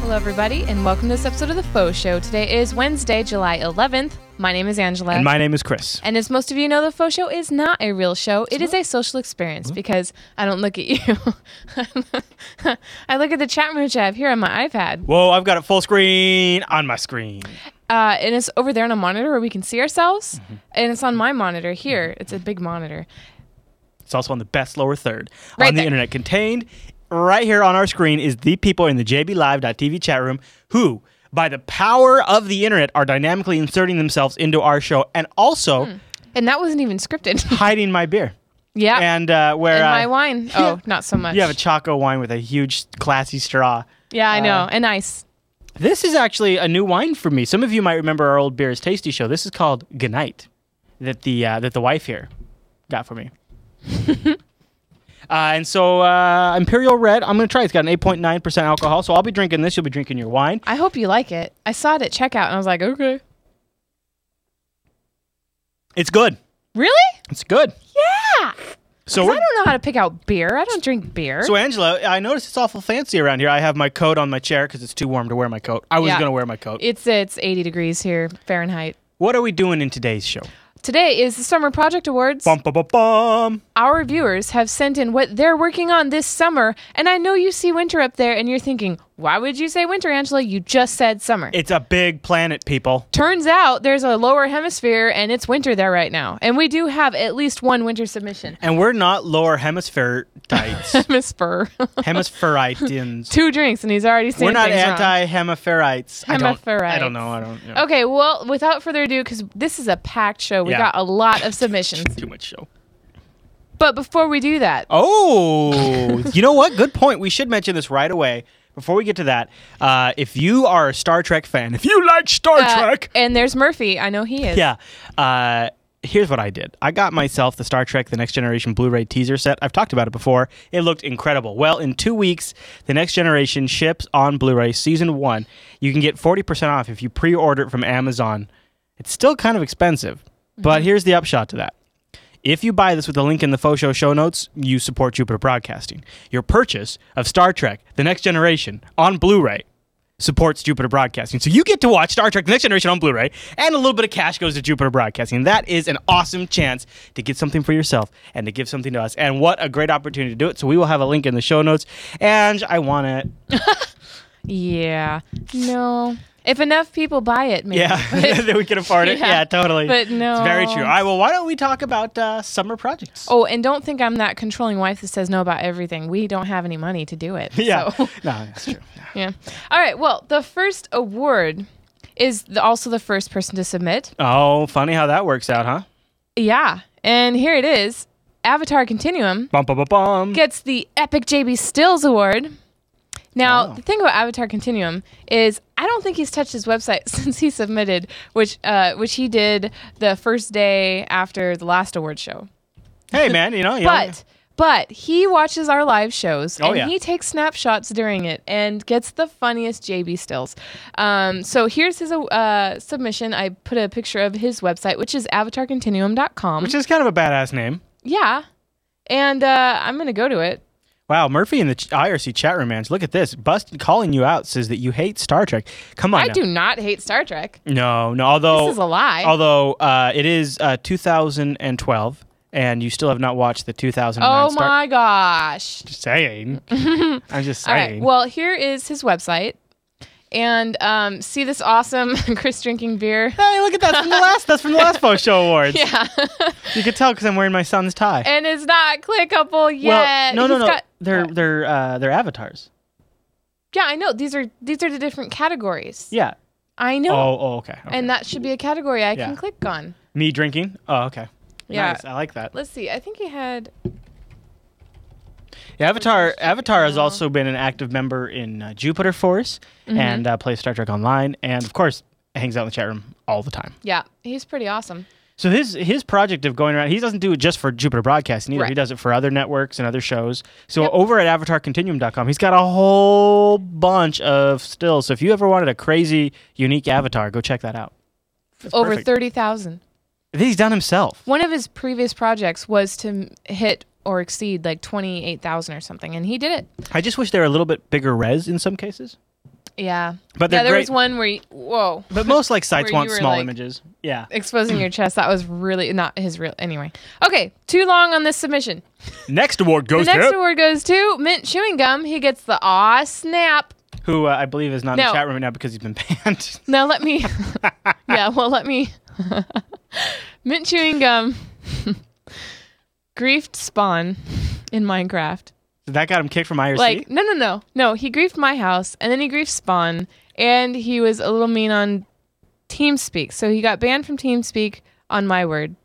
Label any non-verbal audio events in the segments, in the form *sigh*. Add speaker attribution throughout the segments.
Speaker 1: Hello, everybody, and welcome to this episode of The Faux Show. Today is Wednesday, July 11th. My name is Angela.
Speaker 2: And my name is Chris.
Speaker 1: And as most of you know, the faux show is not a real show. It is a social experience because I don't look at you. *laughs* I look at the chat room which I have here on my iPad.
Speaker 2: Whoa, I've got it full screen on my screen.
Speaker 1: Uh, and it's over there on a monitor where we can see ourselves.
Speaker 2: Mm-hmm.
Speaker 1: And it's on my monitor here. It's a big monitor.
Speaker 2: It's also on the best lower third
Speaker 1: Right
Speaker 2: on the
Speaker 1: there.
Speaker 2: internet. Contained right here on our screen is the people in the JBLive.tv chat room who, by the power of the internet, are dynamically inserting themselves into our show and also
Speaker 1: Hmm. And that wasn't even scripted. *laughs*
Speaker 2: hiding my beer.
Speaker 1: yeah. And,
Speaker 2: And uh, where uh,
Speaker 1: my
Speaker 2: *laughs*
Speaker 1: wine. Oh, not so much.
Speaker 2: you have a Choco wine with a huge, classy straw.
Speaker 1: yeah, I
Speaker 2: uh,
Speaker 1: know. And ice.
Speaker 2: This is actually a new wine for me. Some of you might remember our old Beers Tasty show. This is called Goodnight that the uh, that the wife here got for me. uh, and so uh, Imperial Red, I'm going to try. it. It's got an 8.9% alcohol, so I'll be drinking this. You'll be drinking your wine.
Speaker 1: I hope you like it. I saw it at checkout and I was like, okay.
Speaker 2: It's good.
Speaker 1: Really?
Speaker 2: It's good.
Speaker 1: Yeah. 'Cause
Speaker 2: So
Speaker 1: I
Speaker 2: we're,
Speaker 1: don't know how to pick out beer. I don't drink beer.
Speaker 2: so Angela, I noticed it's awful fancy around here. I have my coat on my chair because it's too warm to wear my coat. I was
Speaker 1: Yeah.
Speaker 2: going to wear my coat.
Speaker 1: It's it's 80 degrees here Fahrenheit.
Speaker 2: what are we doing in today's show?
Speaker 1: Today is the Summer Project Awards.
Speaker 2: Bum bum bum bum.
Speaker 1: Our viewers have sent in what they're working on this summer, and I know you see winter up there and you're thinking, "Why would you say winter, Angela? You just said summer."
Speaker 2: It's a big planet, people.
Speaker 1: Turns out there's a lower hemisphere and it's winter there right now. And we do have at least one winter
Speaker 2: *laughs*
Speaker 1: submission.
Speaker 2: And we're not lower hemisphere types.
Speaker 1: Hemisphere.
Speaker 2: Hemispherites.
Speaker 1: *laughs* Two drinks and he's already saying
Speaker 2: We're not
Speaker 1: things wrong.
Speaker 2: anti-hemispherites. I don't, I
Speaker 1: Hemispherites.
Speaker 2: don't know. I don't know.
Speaker 1: Okay, well, without further ado, because this is a packed show, we
Speaker 2: Yeah.
Speaker 1: got a lot of submissions.
Speaker 2: Too much show.
Speaker 1: but before we do that,
Speaker 2: Oh, you know what? Good point. We should mention this right away. Before we get to that, uh, if you are a Star Trek fan, if you like Star
Speaker 1: uh,
Speaker 2: Trek,
Speaker 1: and there's Murphy. I know he is.
Speaker 2: yeah. Uh, here's what I did. I got myself the Star Trek: The Next Generation Blu-ray teaser set. I've talked about it before. It looked incredible. Well, in two weeks, The Next Generation ships on Blu-ray season one. You can get forty percent off if you pre-order it from Amazon. It's still kind of expensive, but here's the upshot to that. If you buy this with the link in the faux show show notes, you support Jupiter Broadcasting. Your purchase of Star Trek: The Next Generation on Blu-ray supports Jupiter Broadcasting. So you get to watch Star Trek The Next Generation on Blu ray, and a little bit of cash goes to Jupiter Broadcasting. That is an awesome chance to get something for yourself and to give something to us. And what a great opportunity to do it. So we will have a link in the show notes. And I want it. *laughs*
Speaker 1: Yeah. No. If enough people buy it, maybe.
Speaker 2: Yeah, *laughs* that we can afford it.
Speaker 1: Yeah,
Speaker 2: Yeah, totally.
Speaker 1: but
Speaker 2: It's very
Speaker 1: no.
Speaker 2: true. All right, well, why don't we talk about uh, summer projects?
Speaker 1: *laughs* Oh, and don't think I'm that controlling wife that says no about everything. We don't have any money to do it.
Speaker 2: *laughs* yeah.
Speaker 1: so- *laughs*
Speaker 2: *laughs* No, that's true.
Speaker 1: yeah. All right. Well, the first award is the, also the first person to submit.
Speaker 2: Oh, funny how that works out, huh?
Speaker 1: Yeah. And here it is Avatar Continuum.
Speaker 2: Bum, bum, bum, bum.
Speaker 1: gets the Epic JB Stills Award. Now,
Speaker 2: Wow.
Speaker 1: the thing about Avatar Continuum is I don't think he's touched his website *laughs* since he submitted, which uh, which he did the first day after the last award show.
Speaker 2: hey, man, you know, you know-
Speaker 1: *laughs* But but he watches our live shows
Speaker 2: Oh,
Speaker 1: and
Speaker 2: yeah.
Speaker 1: he takes snapshots during it and gets the funniest JB stills. Um, so here's his uh, submission. I put a picture of his website, which is avatarcontinuum.com.
Speaker 2: Which is kind of a badass name.
Speaker 1: yeah. And uh, I'm going to go to it.
Speaker 2: Wow, Murphy in the ch- IRC chat room, man. Look at this. Busted calling you out says that you hate Star Trek. Come on.
Speaker 1: I
Speaker 2: now.
Speaker 1: do not hate Star Trek.
Speaker 2: No, no. Although
Speaker 1: This is a lie.
Speaker 2: Although uh, it is uh, 2012, and you still have not watched the 2009
Speaker 1: Oh
Speaker 2: Star.
Speaker 1: my gosh.
Speaker 2: *laughs* Just saying. I'm
Speaker 1: *laughs*
Speaker 2: just
Speaker 1: All right.
Speaker 2: saying.
Speaker 1: Well, here is his website. And um, see this awesome *laughs* Chris drinking
Speaker 2: *laughs*
Speaker 1: beer.
Speaker 2: Hey, look at that! That's from the last. That's from the last Faux Show Awards.
Speaker 1: *laughs* Yeah.
Speaker 2: You could tell because I'm wearing my son's tie.
Speaker 1: and it's not clickable
Speaker 2: well,
Speaker 1: yet.
Speaker 2: no, no,
Speaker 1: He's
Speaker 2: no.
Speaker 1: got-
Speaker 2: they're
Speaker 1: What?
Speaker 2: they're uh, they're avatars.
Speaker 1: Yeah, I know. These are these are the different categories.
Speaker 2: Yeah.
Speaker 1: I know.
Speaker 2: Oh, oh, okay. okay.
Speaker 1: And that should be a category I can
Speaker 2: Yeah.
Speaker 1: click on.
Speaker 2: Me drinking. Oh, okay.
Speaker 1: Yeah.
Speaker 2: Nice. I like that.
Speaker 1: Let's see. I think he had
Speaker 2: Yeah, Avatar Avatar has also been an active member in uh, Jupiter Force
Speaker 1: Mm-hmm.
Speaker 2: and uh, plays Star Trek Online, and of course hangs out in the chat room all the time.
Speaker 1: Yeah, he's pretty awesome.
Speaker 2: So his his project of going around, he doesn't do it just for Jupiter Broadcasting either.
Speaker 1: Right.
Speaker 2: He does it for other networks and other shows. So over at AvatarContinuum.com, he's got a whole bunch of stills. So if you ever wanted a crazy, unique avatar, go check that out. That's
Speaker 1: Over
Speaker 2: perfect.
Speaker 1: 30,000.
Speaker 2: That He's done himself.
Speaker 1: One of his previous projects was to m- hit or exceed like 28,000 or something and he did it.
Speaker 2: I just wish they were a little bit bigger res in some cases.
Speaker 1: Yeah.
Speaker 2: But
Speaker 1: yeah,
Speaker 2: they're
Speaker 1: there
Speaker 2: great.
Speaker 1: was one where you, whoa,
Speaker 2: But most like sites
Speaker 1: *laughs* Where
Speaker 2: want
Speaker 1: you were
Speaker 2: small
Speaker 1: like-
Speaker 2: images. Yeah.
Speaker 1: exposing your chest. That was really not his real. Anyway, okay, too long on this submission.
Speaker 2: Next award
Speaker 1: The
Speaker 2: goes
Speaker 1: next
Speaker 2: to
Speaker 1: award goes to Mint Chewing Gum. He gets the aw snap.
Speaker 2: who uh, I believe is not in
Speaker 1: No.
Speaker 2: the chat room right now because he's been *laughs* banned.
Speaker 1: Now let
Speaker 2: *laughs*
Speaker 1: me. yeah, well let me. *laughs* Mint Chewing Gum. *laughs* griefed Spawn in Minecraft.
Speaker 2: that got him kicked from IRC.
Speaker 1: Like no no no no. He griefed my house and then he griefed Spawn and he was a little mean on TeamSpeak. So he got banned from TeamSpeak on my word,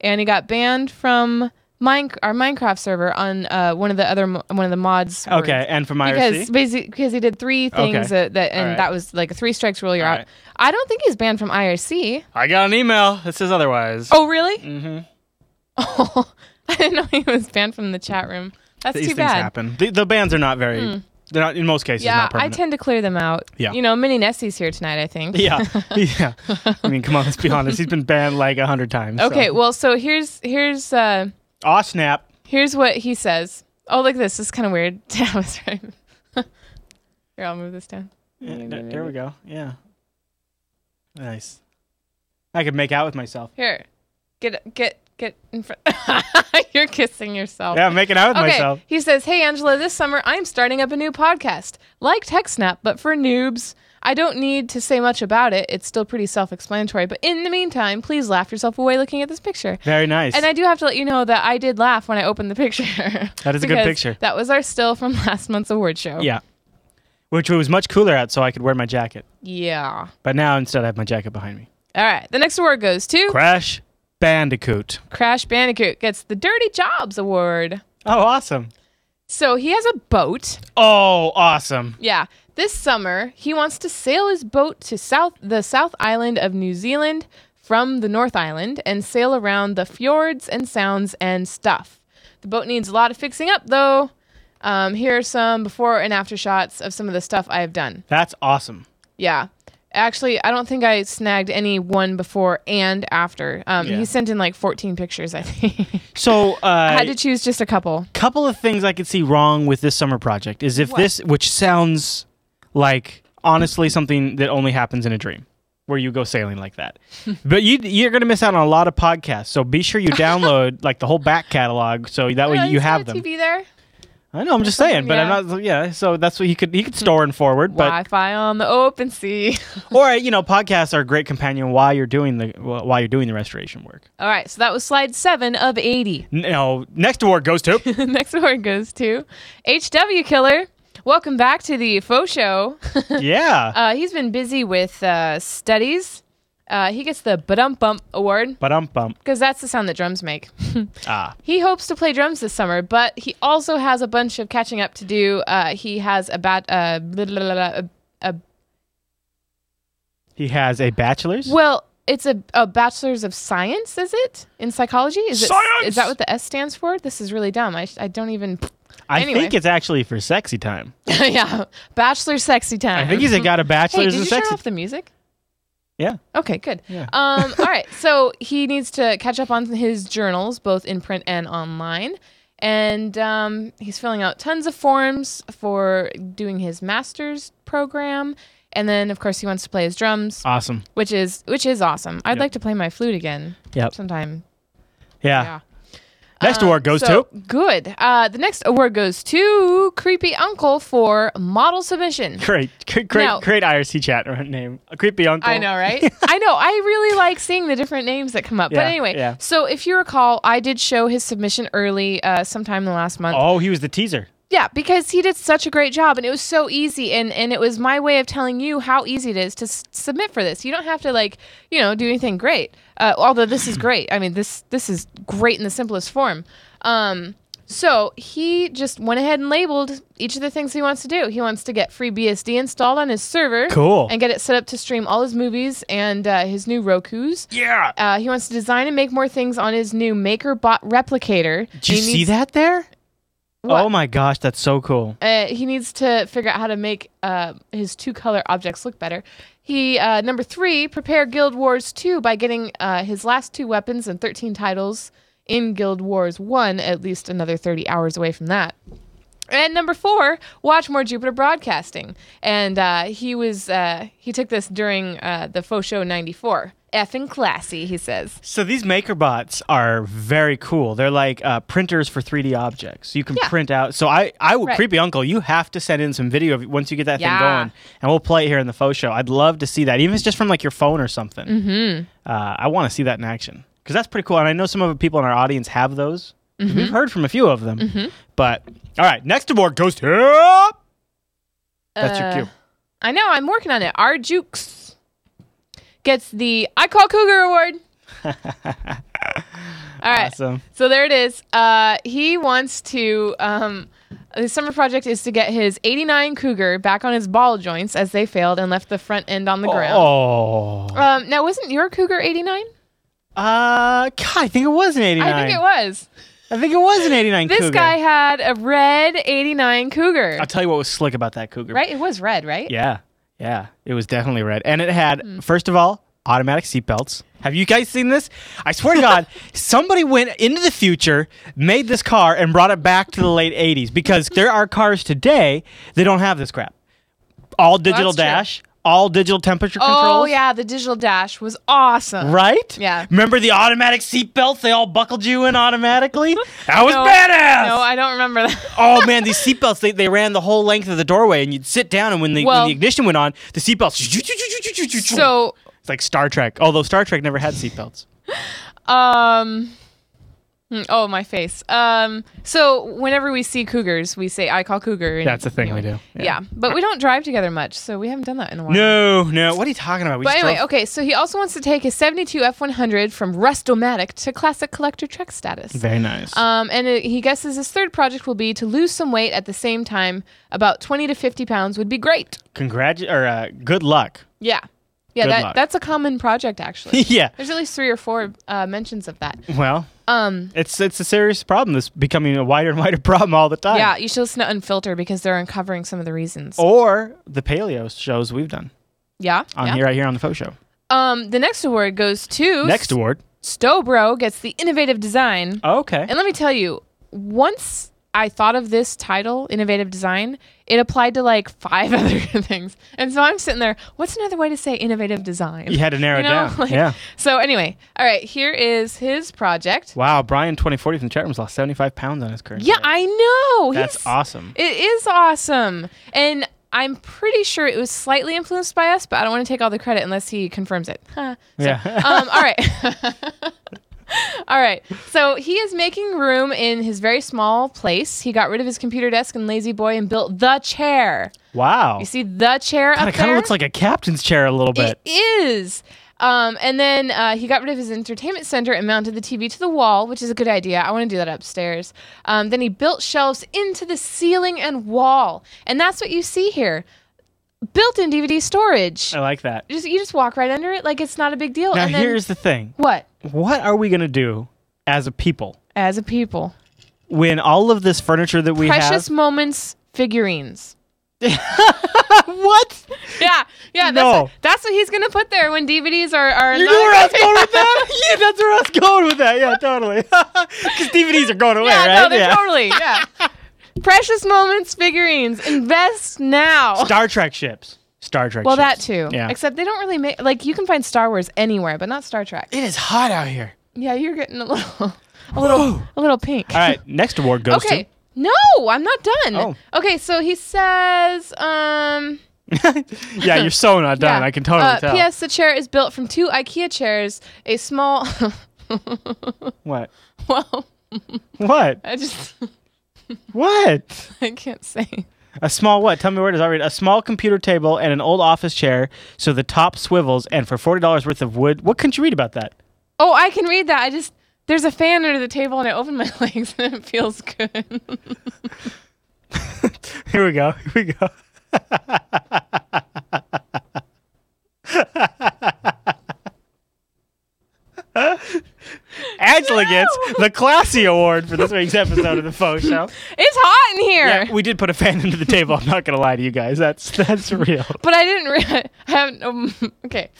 Speaker 1: and he got banned from Mine- our Minecraft server on uh, one of the other mo- one of the mods. words.
Speaker 2: okay, and from IRC.
Speaker 1: because basically because he did three things
Speaker 2: Okay.
Speaker 1: that, that and
Speaker 2: Alright.
Speaker 1: that was like a three strikes rule you're out.
Speaker 2: Alright.
Speaker 1: I don't think he's banned from IRC.
Speaker 2: I got an email that says otherwise.
Speaker 1: Oh really?
Speaker 2: hmm
Speaker 1: Oh, *laughs* I didn't know he was banned from the chat room. That's
Speaker 2: These
Speaker 1: too
Speaker 2: things
Speaker 1: bad. Hmm.
Speaker 2: happen. The, the bans are not very. They're not in most cases.
Speaker 1: Yeah,
Speaker 2: not
Speaker 1: I
Speaker 2: permanent.
Speaker 1: tend to clear them out.
Speaker 2: Yeah.
Speaker 1: You know, Mini Nessie's here tonight, I think. *laughs*
Speaker 2: *laughs* yeah, yeah. I mean, come on, let's be honest. He's been banned like a hundred times.
Speaker 1: Okay,
Speaker 2: So.
Speaker 1: well so here's here's uh
Speaker 2: Aw, snap.
Speaker 1: here's what he says. Oh look at this. This is kinda weird. *laughs* I was right. here, I'll move this down.
Speaker 2: Yeah,
Speaker 1: Maybe,
Speaker 2: there,
Speaker 1: maybe.
Speaker 2: there we go. Yeah. Nice. I could make out with myself.
Speaker 1: Here. Get get get in front *laughs* You're kissing yourself.
Speaker 2: Yeah, I'm making out with
Speaker 1: Okay.
Speaker 2: myself.
Speaker 1: He says, Hey, Angela, this summer I'm starting up a new podcast, like TechSnap, but for noobs. I don't need to say much about it. It's still pretty self explanatory. But in the meantime, please laugh yourself away looking at this picture.
Speaker 2: Very nice.
Speaker 1: And I do have to let you know that I did laugh when I opened the picture.
Speaker 2: *laughs* That is a good
Speaker 1: Because
Speaker 2: picture.
Speaker 1: That was our still from *laughs* last month's award show.
Speaker 2: yeah. Which was much cooler out, so I could wear my jacket.
Speaker 1: Yeah.
Speaker 2: But now instead, I have my jacket behind me.
Speaker 1: All right. The next award goes to
Speaker 2: Crash Bandicoot.
Speaker 1: Crash Bandicoot gets the Dirty Jobs Award.
Speaker 2: Oh, awesome.
Speaker 1: So he has a boat.
Speaker 2: Oh, awesome.
Speaker 1: Yeah. This summer, he wants to sail his boat to South the South Island of New Zealand from the North Island and sail around the fjords and sounds and stuff. The boat needs a lot of fixing up, though. Um, here are some before and after shots of some of the stuff I have done.
Speaker 2: That's awesome.
Speaker 1: Yeah. Actually, I don't think I snagged any one before and after. Um,
Speaker 2: Yeah.
Speaker 1: He sent in like 14 pictures, I
Speaker 2: *laughs*
Speaker 1: think.
Speaker 2: So, uh,
Speaker 1: I had to choose just a couple.
Speaker 2: couple of things I could see wrong with this summer project is if
Speaker 1: What?
Speaker 2: this, which sounds like honestly something that only happens in a dream, where you go sailing
Speaker 1: *laughs*
Speaker 2: like that. but you, you're going to miss out on a lot of podcasts. So be sure
Speaker 1: *laughs*
Speaker 2: you download like the whole back catalog, so that
Speaker 1: Oh,
Speaker 2: way you
Speaker 1: he's got
Speaker 2: have
Speaker 1: a
Speaker 2: them.
Speaker 1: TV there.
Speaker 2: I know. I'm just
Speaker 1: something,
Speaker 2: saying, but
Speaker 1: yeah.
Speaker 2: I'm not. Yeah. So that's what you could you could store and forward, but
Speaker 1: Wi-Fi on the open sea. *laughs*
Speaker 2: or you know, podcasts are a great companion while you're doing the while you're doing the restoration work.
Speaker 1: All right, so that was slide seven of 80.
Speaker 2: Now, next award goes to.
Speaker 1: *laughs* The *laughs* next award goes to HW Killer. Welcome back to the faux
Speaker 2: *laughs*
Speaker 1: show.
Speaker 2: yeah.
Speaker 1: uh, he's been busy with uh, studies. Uh, he gets the Badum Bump Award
Speaker 2: But um bump.
Speaker 1: because that's the sound that drums make. *laughs*
Speaker 2: Ah.
Speaker 1: he hopes to play drums this summer, but he also has a bunch of catching up to do. Uh, he has about uh, blah, blah, blah, blah, a, a
Speaker 2: He has a bachelor's.
Speaker 1: well, it's a, a bachelor's of science, is it? In psychology? Is it
Speaker 2: Science!
Speaker 1: is that what the S stands for? This is really dumb. I, sh- I don't even *laughs*
Speaker 2: I
Speaker 1: Anyway.
Speaker 2: think it's actually for sexy time.
Speaker 1: yeah, bachelor sexy time.
Speaker 2: I think he's got
Speaker 1: *laughs*
Speaker 2: a
Speaker 1: Hey,
Speaker 2: bachelor's
Speaker 1: did
Speaker 2: in
Speaker 1: you
Speaker 2: sexy.
Speaker 1: turn off the music?
Speaker 2: Yeah.
Speaker 1: Okay, good.
Speaker 2: Yeah.
Speaker 1: Um, all right, so he needs to catch up on his journals, both in print and online, and um, he's filling out tons of forms for doing his master's program, and then of course he wants to play his drums,
Speaker 2: Awesome.
Speaker 1: which is which is awesome. I'd
Speaker 2: Ah. Yep.
Speaker 1: like to play my flute again
Speaker 2: Yep.
Speaker 1: sometime.
Speaker 2: Yeah.
Speaker 1: Yeah.
Speaker 2: Next
Speaker 1: Um,
Speaker 2: award goes
Speaker 1: so,
Speaker 2: to
Speaker 1: good. Uh, the next award goes to creepy uncle for model submission.
Speaker 2: great, great, great,
Speaker 1: Now-
Speaker 2: great IRC chat *laughs* r- name. A creepy uncle.
Speaker 1: I know,
Speaker 2: *laughs*
Speaker 1: right? I know. I really like seeing the different names that come up. but
Speaker 2: Yeah,
Speaker 1: anyway,
Speaker 2: yeah.
Speaker 1: so if you recall, I did show his submission early, uh, sometime in the last month.
Speaker 2: Oh, he was the teaser.
Speaker 1: Yeah, because he did such a great job, and it was so easy, and and it was my way of telling you how easy it is to s- submit for this. You don't have to like, you know, do anything great. Uh, although this is great. I mean, this this is great in the simplest form. Um, so he just went ahead and labeled each of the things he wants to do. He wants to get free BSD installed on his server,
Speaker 2: Cool.
Speaker 1: and get it set up to stream all his movies and uh, his new Roku's.
Speaker 2: Yeah.
Speaker 1: Uh, he wants to design and make more things on his new MakerBot replicator.
Speaker 2: Did you
Speaker 1: He
Speaker 2: see
Speaker 1: needs-
Speaker 2: that there?
Speaker 1: What?
Speaker 2: Oh my gosh, that's so cool.
Speaker 1: uh, he needs to figure out how to make uh, his two color objects look better. He uh, number three, prepare Guild Wars two by getting uh, his last two weapons and thirteen titles in Guild Wars one, at least another thirty hours away from that. And number four, watch more Jupiter Broadcasting. And uh, he was uh, he took this during uh, the faux show '94. Effing classy, he says.
Speaker 2: So these MakerBots are very cool. They're like uh, printers for 3D objects. You can
Speaker 1: Yeah.
Speaker 2: print out. So I, I would
Speaker 1: Right.
Speaker 2: creepy uncle. You have to send in some video of, once you get that
Speaker 1: Yeah.
Speaker 2: thing going, and we'll play it here in the faux show. I'd love to see that, even if it's just from like your phone or something. Mm-hmm. Uh, I want to see that in action because that's pretty cool. And I know some of the people in our audience have those.
Speaker 1: Mm-hmm.
Speaker 2: 'Cause We've heard from a few of them. But all right, next aboard, Ghost Hip. That's
Speaker 1: Uh,
Speaker 2: your cue.
Speaker 1: I know. I'm working on it. Our Jukes gets the I Call Cougar
Speaker 2: *laughs*
Speaker 1: Award. All right.
Speaker 2: Awesome.
Speaker 1: So there it is. Uh, he wants to. Um, his summer project is to get his 89 Cougar back on his ball joints as they failed and left the front end on the ground.
Speaker 2: Oh.
Speaker 1: Um, now, wasn't your Cougar 89?
Speaker 2: Uh, God, I think it was an 89.
Speaker 1: I think it was.
Speaker 2: I think it was an 89
Speaker 1: This
Speaker 2: Cougar.
Speaker 1: guy had a red 89 Cougar.
Speaker 2: I'll tell you what was slick about that Cougar.
Speaker 1: right? It was red, right?
Speaker 2: Yeah. Yeah. It was definitely red. And it had,
Speaker 1: Mm.
Speaker 2: first of all, automatic seatbelts. Have you guys seen this? I swear
Speaker 1: *laughs*
Speaker 2: to God, somebody went into the future, made this car, and brought it back to the late 80s because there are cars today that don't have this crap. All digital
Speaker 1: that's true.
Speaker 2: dash, all digital temperature
Speaker 1: Oh,
Speaker 2: controls.
Speaker 1: yeah. The digital dash was awesome.
Speaker 2: Right?
Speaker 1: Yeah.
Speaker 2: Remember the automatic seatbelts? They all buckled you in
Speaker 1: *laughs*
Speaker 2: automatically? That was
Speaker 1: No,
Speaker 2: badass!
Speaker 1: No, I don't remember that.
Speaker 2: *laughs* oh man, these seatbelts, they, they ran the whole length of the doorway and you'd sit down and when the, when
Speaker 1: Well-
Speaker 2: the ignition went on, the seatbelts.
Speaker 1: so,
Speaker 2: it's like Star Trek, although Star Trek never had seatbelts.
Speaker 1: um, hmm, oh, my face. Um, so whenever we see cougars, we say, I call cougar. and-
Speaker 2: That's a thing we do.
Speaker 1: Yeah. But we don't drive together much, so we haven't done that in a while.
Speaker 2: No, no. What are you talking about? We
Speaker 1: But
Speaker 2: just
Speaker 1: anyway,
Speaker 2: drove-
Speaker 1: okay, so he also wants to take his 72 F100 from Rustomatic to classic collector truck status.
Speaker 2: Very nice.
Speaker 1: Um, and uh he guesses his third project will be to lose some weight at the same time. About 20 to 50 pounds would be great.
Speaker 2: Congratu- or uh, good luck.
Speaker 1: Yeah. Yeah,
Speaker 2: Good
Speaker 1: that,
Speaker 2: luck.
Speaker 1: that's a common project, actually.
Speaker 2: *laughs* yeah.
Speaker 1: There's at least three or four uh, mentions of that.
Speaker 2: Well,
Speaker 1: Um,
Speaker 2: it's it's a serious problem. This becoming a wider and wider *laughs* problem all the time.
Speaker 1: yeah, you should listen to Unfilter because they're uncovering some of the reasons.
Speaker 2: Oh, Or the paleo shows we've done
Speaker 1: yeah.
Speaker 2: on
Speaker 1: yeah.
Speaker 2: here, right here on the faux show.
Speaker 1: Um, the next award goes to
Speaker 2: Next Uh, award.
Speaker 1: Stowbro gets the innovative design.
Speaker 2: Okay.
Speaker 1: And let me tell you, once I thought of this title, innovative design, it applied to like *laughs* five other things. And so I'm sitting there, what's another way to say innovative design?
Speaker 2: you had to narrow
Speaker 1: You
Speaker 2: it
Speaker 1: know, *laughs*
Speaker 2: down.
Speaker 1: like-
Speaker 2: yeah.
Speaker 1: So anyway, all right, here is his project.
Speaker 2: Wow, Brian twenty forty from the chat room's lost seventy five pounds on his current.
Speaker 1: Yeah,
Speaker 2: weight.
Speaker 1: I know.
Speaker 2: that's
Speaker 1: He's-
Speaker 2: awesome.
Speaker 1: It is awesome. And I'm pretty sure it was slightly influenced by us, but I don't want to take all the credit unless he confirms it. Huh. So,
Speaker 2: Yeah. *laughs*
Speaker 1: um, all right. *laughs* all right. So he is making room in his very small place. He got rid of his computer desk and lazy boy and built the chair.
Speaker 2: Wow,
Speaker 1: You see the chair
Speaker 2: God,
Speaker 1: up
Speaker 2: it kind
Speaker 1: there?
Speaker 2: of looks like a captain's chair a little bit.
Speaker 1: It is. Um, and then uh, he got rid of his entertainment center and mounted the TV to the wall, which is a good idea. I want to do that upstairs. Um, then he built shelves into the ceiling and wall, and that's what you see here: built-in DVD storage.
Speaker 2: I like that.
Speaker 1: Just you just walk right under it, like it's not a big deal.
Speaker 2: Oh. Now
Speaker 1: and then,
Speaker 2: here's the thing:
Speaker 1: what
Speaker 2: what are we gonna do as a people
Speaker 1: as a people,
Speaker 2: when all of this furniture that we
Speaker 1: precious
Speaker 2: have?
Speaker 1: moments figurines.
Speaker 2: What?
Speaker 1: *laughs* Yeah, yeah. That's,
Speaker 2: No.
Speaker 1: what, that's what he's gonna put there when DVDs are are.
Speaker 2: *laughs* You know
Speaker 1: not-
Speaker 2: where I was going
Speaker 1: *laughs*
Speaker 2: with that? Yeah, that's where I was going with that. Yeah, totally. *laughs* Because DVDs are going away,
Speaker 1: Yeah,
Speaker 2: right?
Speaker 1: no, they're
Speaker 2: yeah.
Speaker 1: totally yeah. *laughs* Precious moments figurines. Invest now.
Speaker 2: Star Trek ships. Star Trek.
Speaker 1: Well, that
Speaker 2: ships.
Speaker 1: too.
Speaker 2: Yeah.
Speaker 1: Except they don't really make like you can find Star Wars anywhere, but not Star Trek.
Speaker 2: it is hot out here.
Speaker 1: Yeah, you're getting a little, *laughs* a little, a little pink. *laughs*
Speaker 2: All right, next award goes
Speaker 1: Okay. No, I'm not done.
Speaker 2: Oh.
Speaker 1: Okay, so he says, um,
Speaker 2: to. yeah, you're so not
Speaker 1: *laughs*
Speaker 2: done.
Speaker 1: yeah,
Speaker 2: I can totally
Speaker 1: uh,
Speaker 2: tell.
Speaker 1: P.S. The chair is built from two IKEA chairs, a small. *laughs*
Speaker 2: What?
Speaker 1: well, *laughs*
Speaker 2: What?
Speaker 1: I just
Speaker 2: What?
Speaker 1: *laughs* I can't say.
Speaker 2: A small what? Tell me where it is. I read a small computer table and an old office chair, so the top swivels, and for forty dollars worth of wood. What couldn't you read about that? *laughs*
Speaker 1: Oh, I can read that. I just there's a fan under the table, and I open my *laughs* legs, and it feels good.
Speaker 2: Here we go. Here we go. *laughs* Angela gets the classy award for this week's episode of the Faux Show.
Speaker 1: it's hot in here.
Speaker 2: Yeah, we did put a fan *laughs* under the table. I'm not gonna lie to you guys. That's that's real.
Speaker 1: But I didn't. Re- I haven't. Um, okay.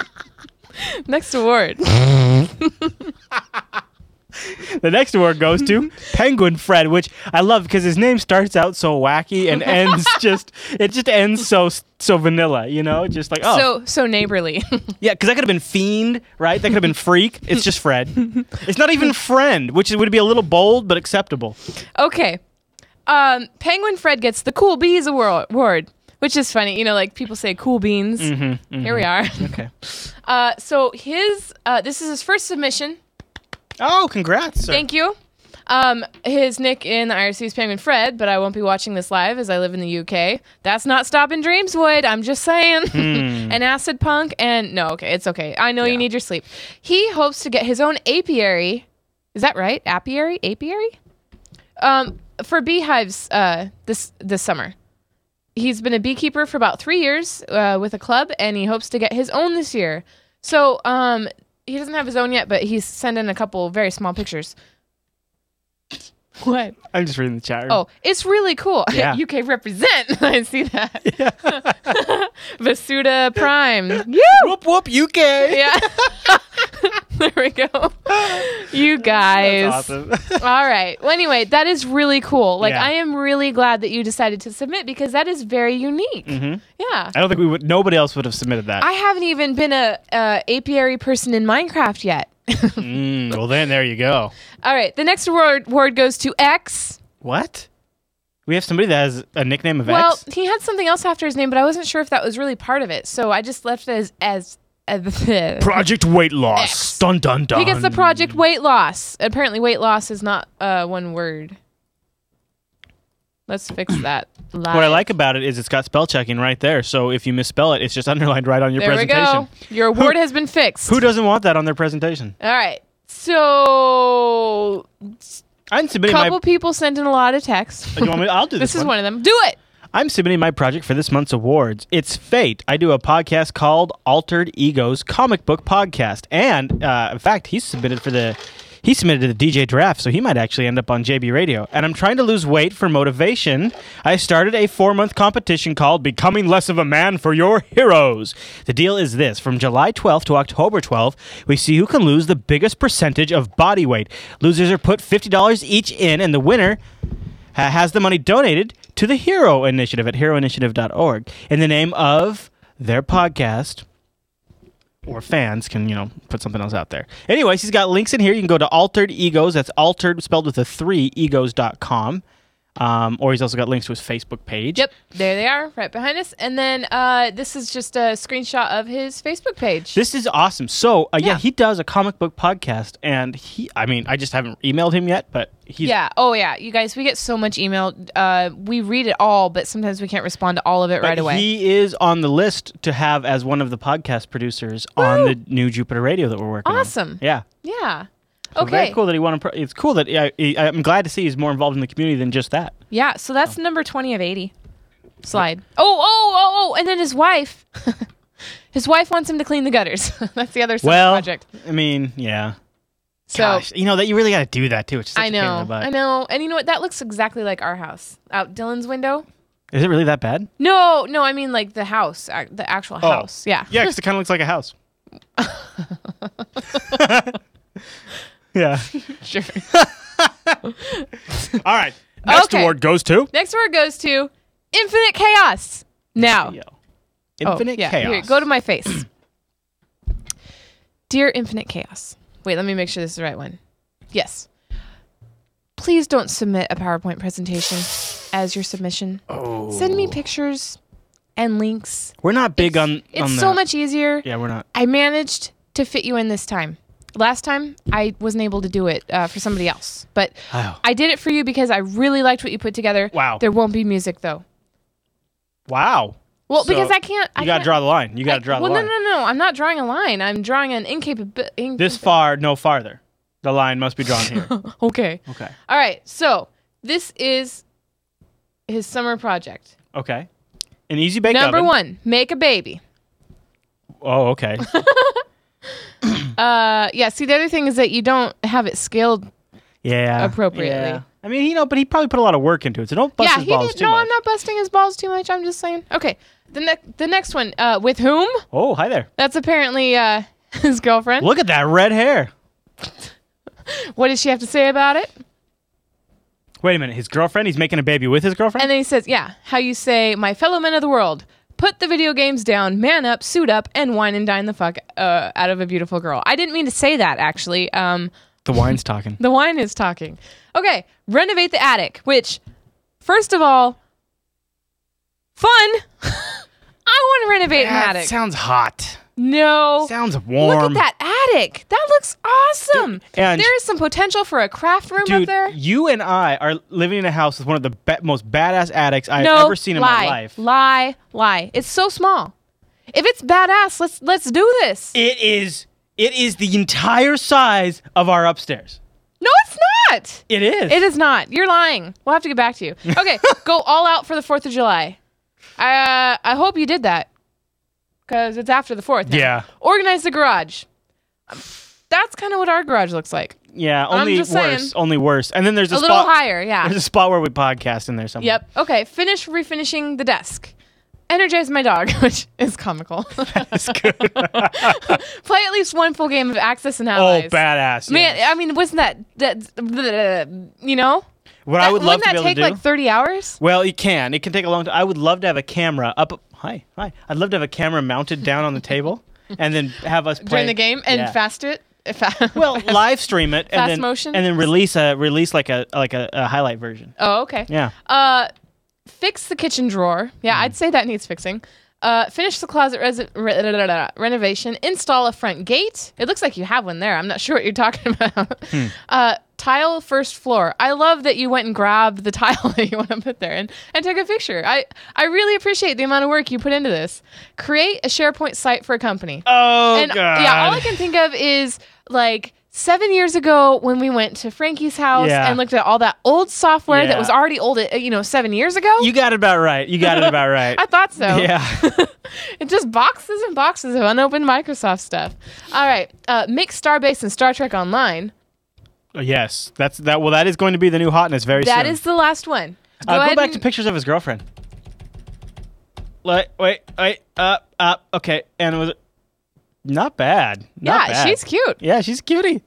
Speaker 1: *laughs* Next award.
Speaker 2: The next award goes
Speaker 1: *laughs*
Speaker 2: to Penguin Fred, which I love because his name starts out so wacky
Speaker 1: *laughs*
Speaker 2: and ends just it just ends so so vanilla, you know, just like oh
Speaker 1: So so neighborly. *laughs*
Speaker 2: yeah, because that could have been fiend, right? That could have been freak. It's just Fred.
Speaker 1: *laughs*
Speaker 2: It's not even friend, which would be a little bold but acceptable.
Speaker 1: okay. Um, Penguin Fred gets the Cool Bees award, award, which is funny. You know, like people say cool beans. Here we are.
Speaker 2: Mm-hmm, Okay.
Speaker 1: *laughs* Uh, so his uh, this is his first submission.
Speaker 2: Oh, congrats! Sir.
Speaker 1: Thank you. Um, his nick in the IRC is Penguin Fred, but I won't be watching this live as I live in the UK. That's not stopping Dreamswood. I'm just saying. *laughs* and Acid Punk and no, okay, it's okay. I know you need your sleep. He hopes to get his own apiary. Is that right? Apiary? Apiary? Um, for beehives uh, this this summer. He's been a beekeeper for about three years uh, with a club, and he hopes to get his own this year. So um, he doesn't have his own yet, but he's sending a couple very small pictures. *laughs* What?
Speaker 2: I'm just reading the chat. room. *laughs*
Speaker 1: Oh, it's really cool. *laughs*
Speaker 2: Yeah.
Speaker 1: UK represent. *laughs* I see that.
Speaker 2: *laughs*
Speaker 1: *laughs* Vasuda Prime.
Speaker 2: whoop whoop UK.
Speaker 1: Yeah. *laughs* there we go. You guys.
Speaker 2: That's awesome. *laughs*
Speaker 1: All right. Well, anyway, that is really cool. Like,
Speaker 2: Yeah.
Speaker 1: I am really glad that you decided to submit because that is very unique.
Speaker 2: Mm-hmm.
Speaker 1: Yeah.
Speaker 2: I don't think we would. Nobody else would have submitted that.
Speaker 1: I haven't even been a, a apiary person in Minecraft yet. *laughs*
Speaker 2: Mm, well, then there you go.
Speaker 1: All right. The next award, award goes to X.
Speaker 2: What? We have somebody that has a nickname of
Speaker 1: Well,
Speaker 2: X.
Speaker 1: he had something else after his name, but I wasn't sure if that was really part of it. So I just left it as as. as *laughs*
Speaker 2: Project Weight Loss.
Speaker 1: X.
Speaker 2: Dun dun dun.
Speaker 1: He gets the project weight loss. Apparently, weight loss is not uh, one word. Let's
Speaker 2: *clears throat*
Speaker 1: fix that.
Speaker 2: What I like about it is it's got spell checking right there. So if you misspell it, it's just *laughs* underlined right on your
Speaker 1: There we
Speaker 2: presentation.
Speaker 1: go. Your award has been fixed.
Speaker 2: Who doesn't want that on their presentation?
Speaker 1: All right. So,
Speaker 2: I'm submitting
Speaker 1: couple
Speaker 2: my.
Speaker 1: people sent in a lot of texts. *laughs*
Speaker 2: You want me- I'll do this.
Speaker 1: this is one of them. Do it.
Speaker 2: I'm submitting my project for this month's awards. It's Fate. I do a podcast called Altered Egos Comic Book Podcast, and uh, in fact, he submitted for the he submitted to the DJ draft, so he might actually end up on JB Radio. And I'm trying to lose weight for motivation. I started a four month competition called "Becoming Less of a Man for Your Heroes." The deal is this: from July 12th to October 12th, we see who can lose the biggest percentage of body weight. Losers are put fifty dollars each in, and the winner ha- has the money donated to the Hero Initiative at heroinitiative.org in the name of their podcast. Or fans can, you know, put something else out there. Anyways, he's got links in here. You can go to Altered Egos. That's altered, spelled with a three, egos.com. Um, or he's also got links to his Facebook page.
Speaker 1: Yep. There they are, right behind us. And then uh, this is just a screenshot of his Facebook page.
Speaker 2: This is awesome. So, uh, yeah.
Speaker 1: Yeah.
Speaker 2: he does a comic book podcast. And he, I mean, I just haven't emailed him yet, but he's
Speaker 1: yeah. Oh, yeah. You guys, we get so much email. Uh, we read it all, but sometimes we can't respond to all of it right
Speaker 2: But
Speaker 1: away.
Speaker 2: He is on the list to have as one of the podcast producers on the new Jupiter Radio that we're working on.
Speaker 1: Awesome.
Speaker 2: Yeah.
Speaker 1: Yeah.
Speaker 2: So Very
Speaker 1: Okay.
Speaker 2: cool that he won. A pro- it's cool that I, I, I'm glad to see he's more involved in the community than just that.
Speaker 1: Yeah. So
Speaker 2: Oh.
Speaker 1: that's number 20 of 80. Slide. Oh, oh, oh, oh. And then his wife. *laughs* his wife wants him to clean the gutters. *laughs* that's the other side
Speaker 2: well,
Speaker 1: project.
Speaker 2: I mean, yeah.
Speaker 1: So
Speaker 2: Gosh, you know that you really got to do that too. It's just such
Speaker 1: I
Speaker 2: a pain in the
Speaker 1: know.
Speaker 2: butt.
Speaker 1: I know. And you know what? That looks exactly like our house. Out Dylan's window.
Speaker 2: Is it really that bad?
Speaker 1: No, no. I mean like the house, ac- the actual house. Yeah.
Speaker 2: Oh. Yeah, because it kind of looks like a house. yeah.
Speaker 1: Sure.
Speaker 2: All right.
Speaker 1: Next Okay. award
Speaker 2: goes to
Speaker 1: *laughs* Next word goes to infinite chaos. Now. Oh,
Speaker 2: Infinite
Speaker 1: yeah.
Speaker 2: chaos.
Speaker 1: Here, go to my face. *clears throat* Dear Infinite Chaos. Wait, let me make sure this is the right one. Yes. Please don't submit a PowerPoint presentation as your submission.
Speaker 2: Oh.
Speaker 1: Send me pictures and links.
Speaker 2: We're not big on.
Speaker 1: It's
Speaker 2: on
Speaker 1: so
Speaker 2: that.
Speaker 1: much easier.
Speaker 2: Yeah, we're not.
Speaker 1: I managed to fit you in this time. Last time, I wasn't able to do it uh, for somebody else, but
Speaker 2: Oh.
Speaker 1: I did it for you because I really liked what you put together.
Speaker 2: Wow.
Speaker 1: There won't be music though.
Speaker 2: Wow.
Speaker 1: Well,
Speaker 2: So,
Speaker 1: because I can't. I
Speaker 2: You got to
Speaker 1: can't-
Speaker 2: draw the line. You got to
Speaker 1: I-
Speaker 2: draw the
Speaker 1: well,
Speaker 2: line.
Speaker 1: no, no, no. I'm not drawing a line. I'm drawing an incapable. Inca-
Speaker 2: This far, no farther. The line must be drawn here.
Speaker 1: okay.
Speaker 2: okay.
Speaker 1: All right. So this is his summer project.
Speaker 2: Okay. An easy bake
Speaker 1: Number
Speaker 2: oven.
Speaker 1: one, make a baby. *laughs*
Speaker 2: Oh, okay.
Speaker 1: Uh, yeah. See, the other thing is that you don't have it scaled.
Speaker 2: Yeah.
Speaker 1: Appropriately.
Speaker 2: Yeah. I mean, you know, but he probably put a lot of work into it, so don't bust
Speaker 1: yeah,
Speaker 2: his
Speaker 1: he
Speaker 2: balls
Speaker 1: did.
Speaker 2: too
Speaker 1: No,
Speaker 2: much.
Speaker 1: I'm not busting his balls too much. I'm just saying. Okay. The next, the next one. Uh, with whom?
Speaker 2: Oh, hi there.
Speaker 1: *laughs* That's apparently uh his girlfriend.
Speaker 2: Look at that red hair.
Speaker 1: What does she have to say about it?
Speaker 2: Wait a minute, his girlfriend? He's making a baby with his girlfriend?
Speaker 1: And then he says, Yeah, how you say, my fellow men of the world, put the video games down, man up, suit up, and wine and dine the fuck uh, out of a beautiful girl. I didn't mean to say that, actually. Um,
Speaker 2: the wine's talking.
Speaker 1: the wine is talking. Okay, renovate the attic, which, first of all, fun. *laughs* I want to renovate
Speaker 2: That
Speaker 1: an attic.
Speaker 2: sounds hot.
Speaker 1: no.
Speaker 2: Sounds
Speaker 1: Look
Speaker 2: warm.
Speaker 1: at that attic. That looks awesome.
Speaker 2: and-
Speaker 1: there is some potential for a craft room up
Speaker 2: Dude,
Speaker 1: there.
Speaker 2: you and I are living in a house with one of the ba- most badass attics I've
Speaker 1: no,
Speaker 2: ever seen in
Speaker 1: lie,
Speaker 2: my life.
Speaker 1: Lie, lie. It's so small. If it's badass, let's let's do this.
Speaker 2: It is. It is the entire size of our upstairs.
Speaker 1: No, it's not.
Speaker 2: It is.
Speaker 1: It is not. You're lying. We'll have to get back to you.
Speaker 2: *laughs*
Speaker 1: Okay, go all out for the Fourth of July. Uh, I hope you did that because it's after the Fourth. now.
Speaker 2: Yeah.
Speaker 1: Organize the garage. That's kind of what our garage looks like.
Speaker 2: Yeah. Only worse.
Speaker 1: just saying.
Speaker 2: Only worse. And then there's a,
Speaker 1: A little
Speaker 2: spot-
Speaker 1: higher, yeah.
Speaker 2: There's a spot where we podcast in there somewhere.
Speaker 1: Yep. Okay. Finish refinishing the desk. Energize my dog, *laughs* which is
Speaker 2: *laughs*
Speaker 1: comical.
Speaker 2: *laughs* It's
Speaker 1: *laughs*
Speaker 2: good.
Speaker 1: Play at least one full game of Access and
Speaker 2: oh,
Speaker 1: Allies.
Speaker 2: badass.
Speaker 1: Man, uh,
Speaker 2: yeah.
Speaker 1: I mean, wasn't that that you know?
Speaker 2: What I would love
Speaker 1: Wouldn't
Speaker 2: to
Speaker 1: that
Speaker 2: be able to
Speaker 1: take
Speaker 2: do.
Speaker 1: like thirty hours?
Speaker 2: Well, it can. It can take a long time. I would love to have a camera up. Hi, hi. I'd love to have a camera mounted down on the table,
Speaker 1: *laughs*
Speaker 2: and then have us play
Speaker 1: during the game and
Speaker 2: Yeah.
Speaker 1: fast it. *laughs* fa-
Speaker 2: Well, live stream it and
Speaker 1: Fast
Speaker 2: then
Speaker 1: motion?
Speaker 2: and then release a release like a like a, a highlight version.
Speaker 1: oh, okay.
Speaker 2: Yeah.
Speaker 1: Uh, fix the kitchen drawer. Yeah, I'd say that needs fixing. Uh, finish the closet resi- re- da- da- da- da- renovation. Install a front gate. It looks like you have one there. I'm not *laughs* sure what you're talking about. Uh, tile first floor. I love that you went and grabbed the *laughs* tile that you want to put there and, and took a picture. I, I really appreciate the amount of work you put into this. Create a SharePoint site for a company.
Speaker 2: Oh
Speaker 1: and
Speaker 2: god.
Speaker 1: yeah, all I can think of is like seven years ago when we went to Frankie's house
Speaker 2: Yeah.
Speaker 1: and looked at all that old software
Speaker 2: Yeah.
Speaker 1: that was already old, uh, you know, seven years ago.
Speaker 2: you got it about right. You got it *laughs* about right.
Speaker 1: I thought so.
Speaker 2: yeah.
Speaker 1: It just boxes and boxes of unopened Microsoft stuff. All right, uh, mix Starbase and Star Trek Online.
Speaker 2: *laughs* yes. That's that. Well, that is going to be the new hotness very soon.
Speaker 1: That is the last one. Go
Speaker 2: Uh, go
Speaker 1: ahead
Speaker 2: back
Speaker 1: and-
Speaker 2: to pictures of his girlfriend. Like, wait, wait, uh, uh, okay, and it was not bad. Not
Speaker 1: yeah,
Speaker 2: bad.
Speaker 1: she's cute.
Speaker 2: Yeah, she's a cutie.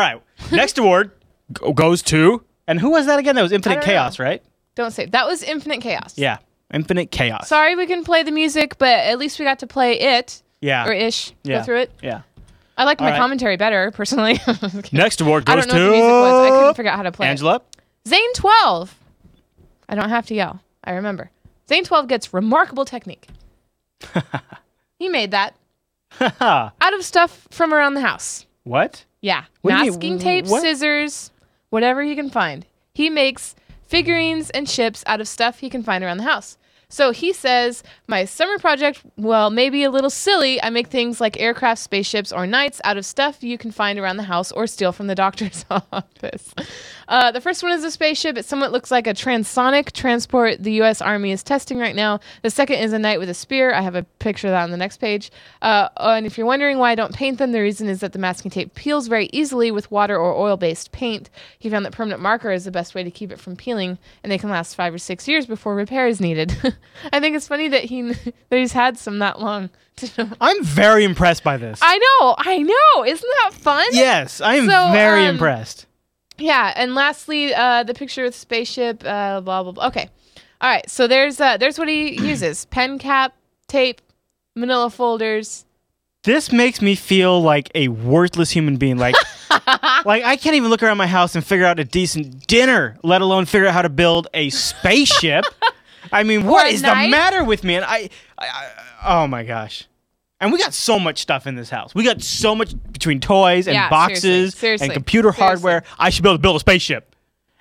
Speaker 1: *laughs*
Speaker 2: right, next award go- goes to and who was that again? That was Infinite
Speaker 1: don't
Speaker 2: Chaos, right?
Speaker 1: Don't say that was Infinite Chaos.
Speaker 2: Yeah, Infinite Chaos.
Speaker 1: Sorry, we can play the music, but at least we got to play it
Speaker 2: Yeah.
Speaker 1: or ish.
Speaker 2: Ah. Yeah.
Speaker 1: Go through it.
Speaker 2: Yeah.
Speaker 1: I like my
Speaker 2: right.
Speaker 1: commentary better personally. *laughs*
Speaker 2: Next award
Speaker 1: I
Speaker 2: goes
Speaker 1: don't know
Speaker 2: to
Speaker 1: what the music was. I couldn't figure out how to play. it.
Speaker 2: Angela.
Speaker 1: Zane 12. I don't have to yell. I remember. Zane 12 gets remarkable technique. he made that
Speaker 2: Haha.
Speaker 1: out of stuff from around the house.
Speaker 2: what?
Speaker 1: Yeah.
Speaker 2: What do you-
Speaker 1: Masking tape,
Speaker 2: what?
Speaker 1: scissors, whatever he can find. He makes figurines and ships out of stuff he can find around the house. So he says, My summer project, well, maybe a little silly. I make things like aircraft, spaceships, or knights out of stuff you can find around the house or steal from the doctor's *laughs* office. Uh, the first one is a spaceship. It somewhat looks like a transonic transport the U.S. Army is testing right now. The second is a knight with a spear. I have a picture of that on the next page. Uh, and if you're wondering why I don't paint them, the reason is that the masking tape peels very easily with water or oil based paint. He found that permanent marker is the best way to keep it from peeling, and they can last five or six years before repair is needed. *laughs* I think it's funny that he *laughs* that he's had some that long. *laughs* to know.
Speaker 2: I'm very impressed by this.
Speaker 1: I know, I know. Isn't that fun?
Speaker 2: yes, I am
Speaker 1: So,
Speaker 2: very
Speaker 1: um,
Speaker 2: impressed.
Speaker 1: Yeah, and lastly, uh, the picture with spaceship, uh, blah blah blah. Okay, all right. So there's uh, there's what
Speaker 2: *clears throat*
Speaker 1: he uses: pen cap, tape, Manila folders.
Speaker 2: This makes me feel like a worthless human
Speaker 1: *laughs*
Speaker 2: being. Like, like I can't even look around my house and figure out a decent dinner, let alone figure out how to build a spaceship. I
Speaker 1: *laughs*
Speaker 2: mean, what
Speaker 1: a
Speaker 2: is the
Speaker 1: knife.
Speaker 2: matter with me? And I, I, I, oh my gosh. And we got so much stuff in this house. We got so much between toys and
Speaker 1: Yeah,
Speaker 2: boxes
Speaker 1: seriously, seriously,
Speaker 2: and computer
Speaker 1: seriously.
Speaker 2: hardware. I should be able to build a spaceship.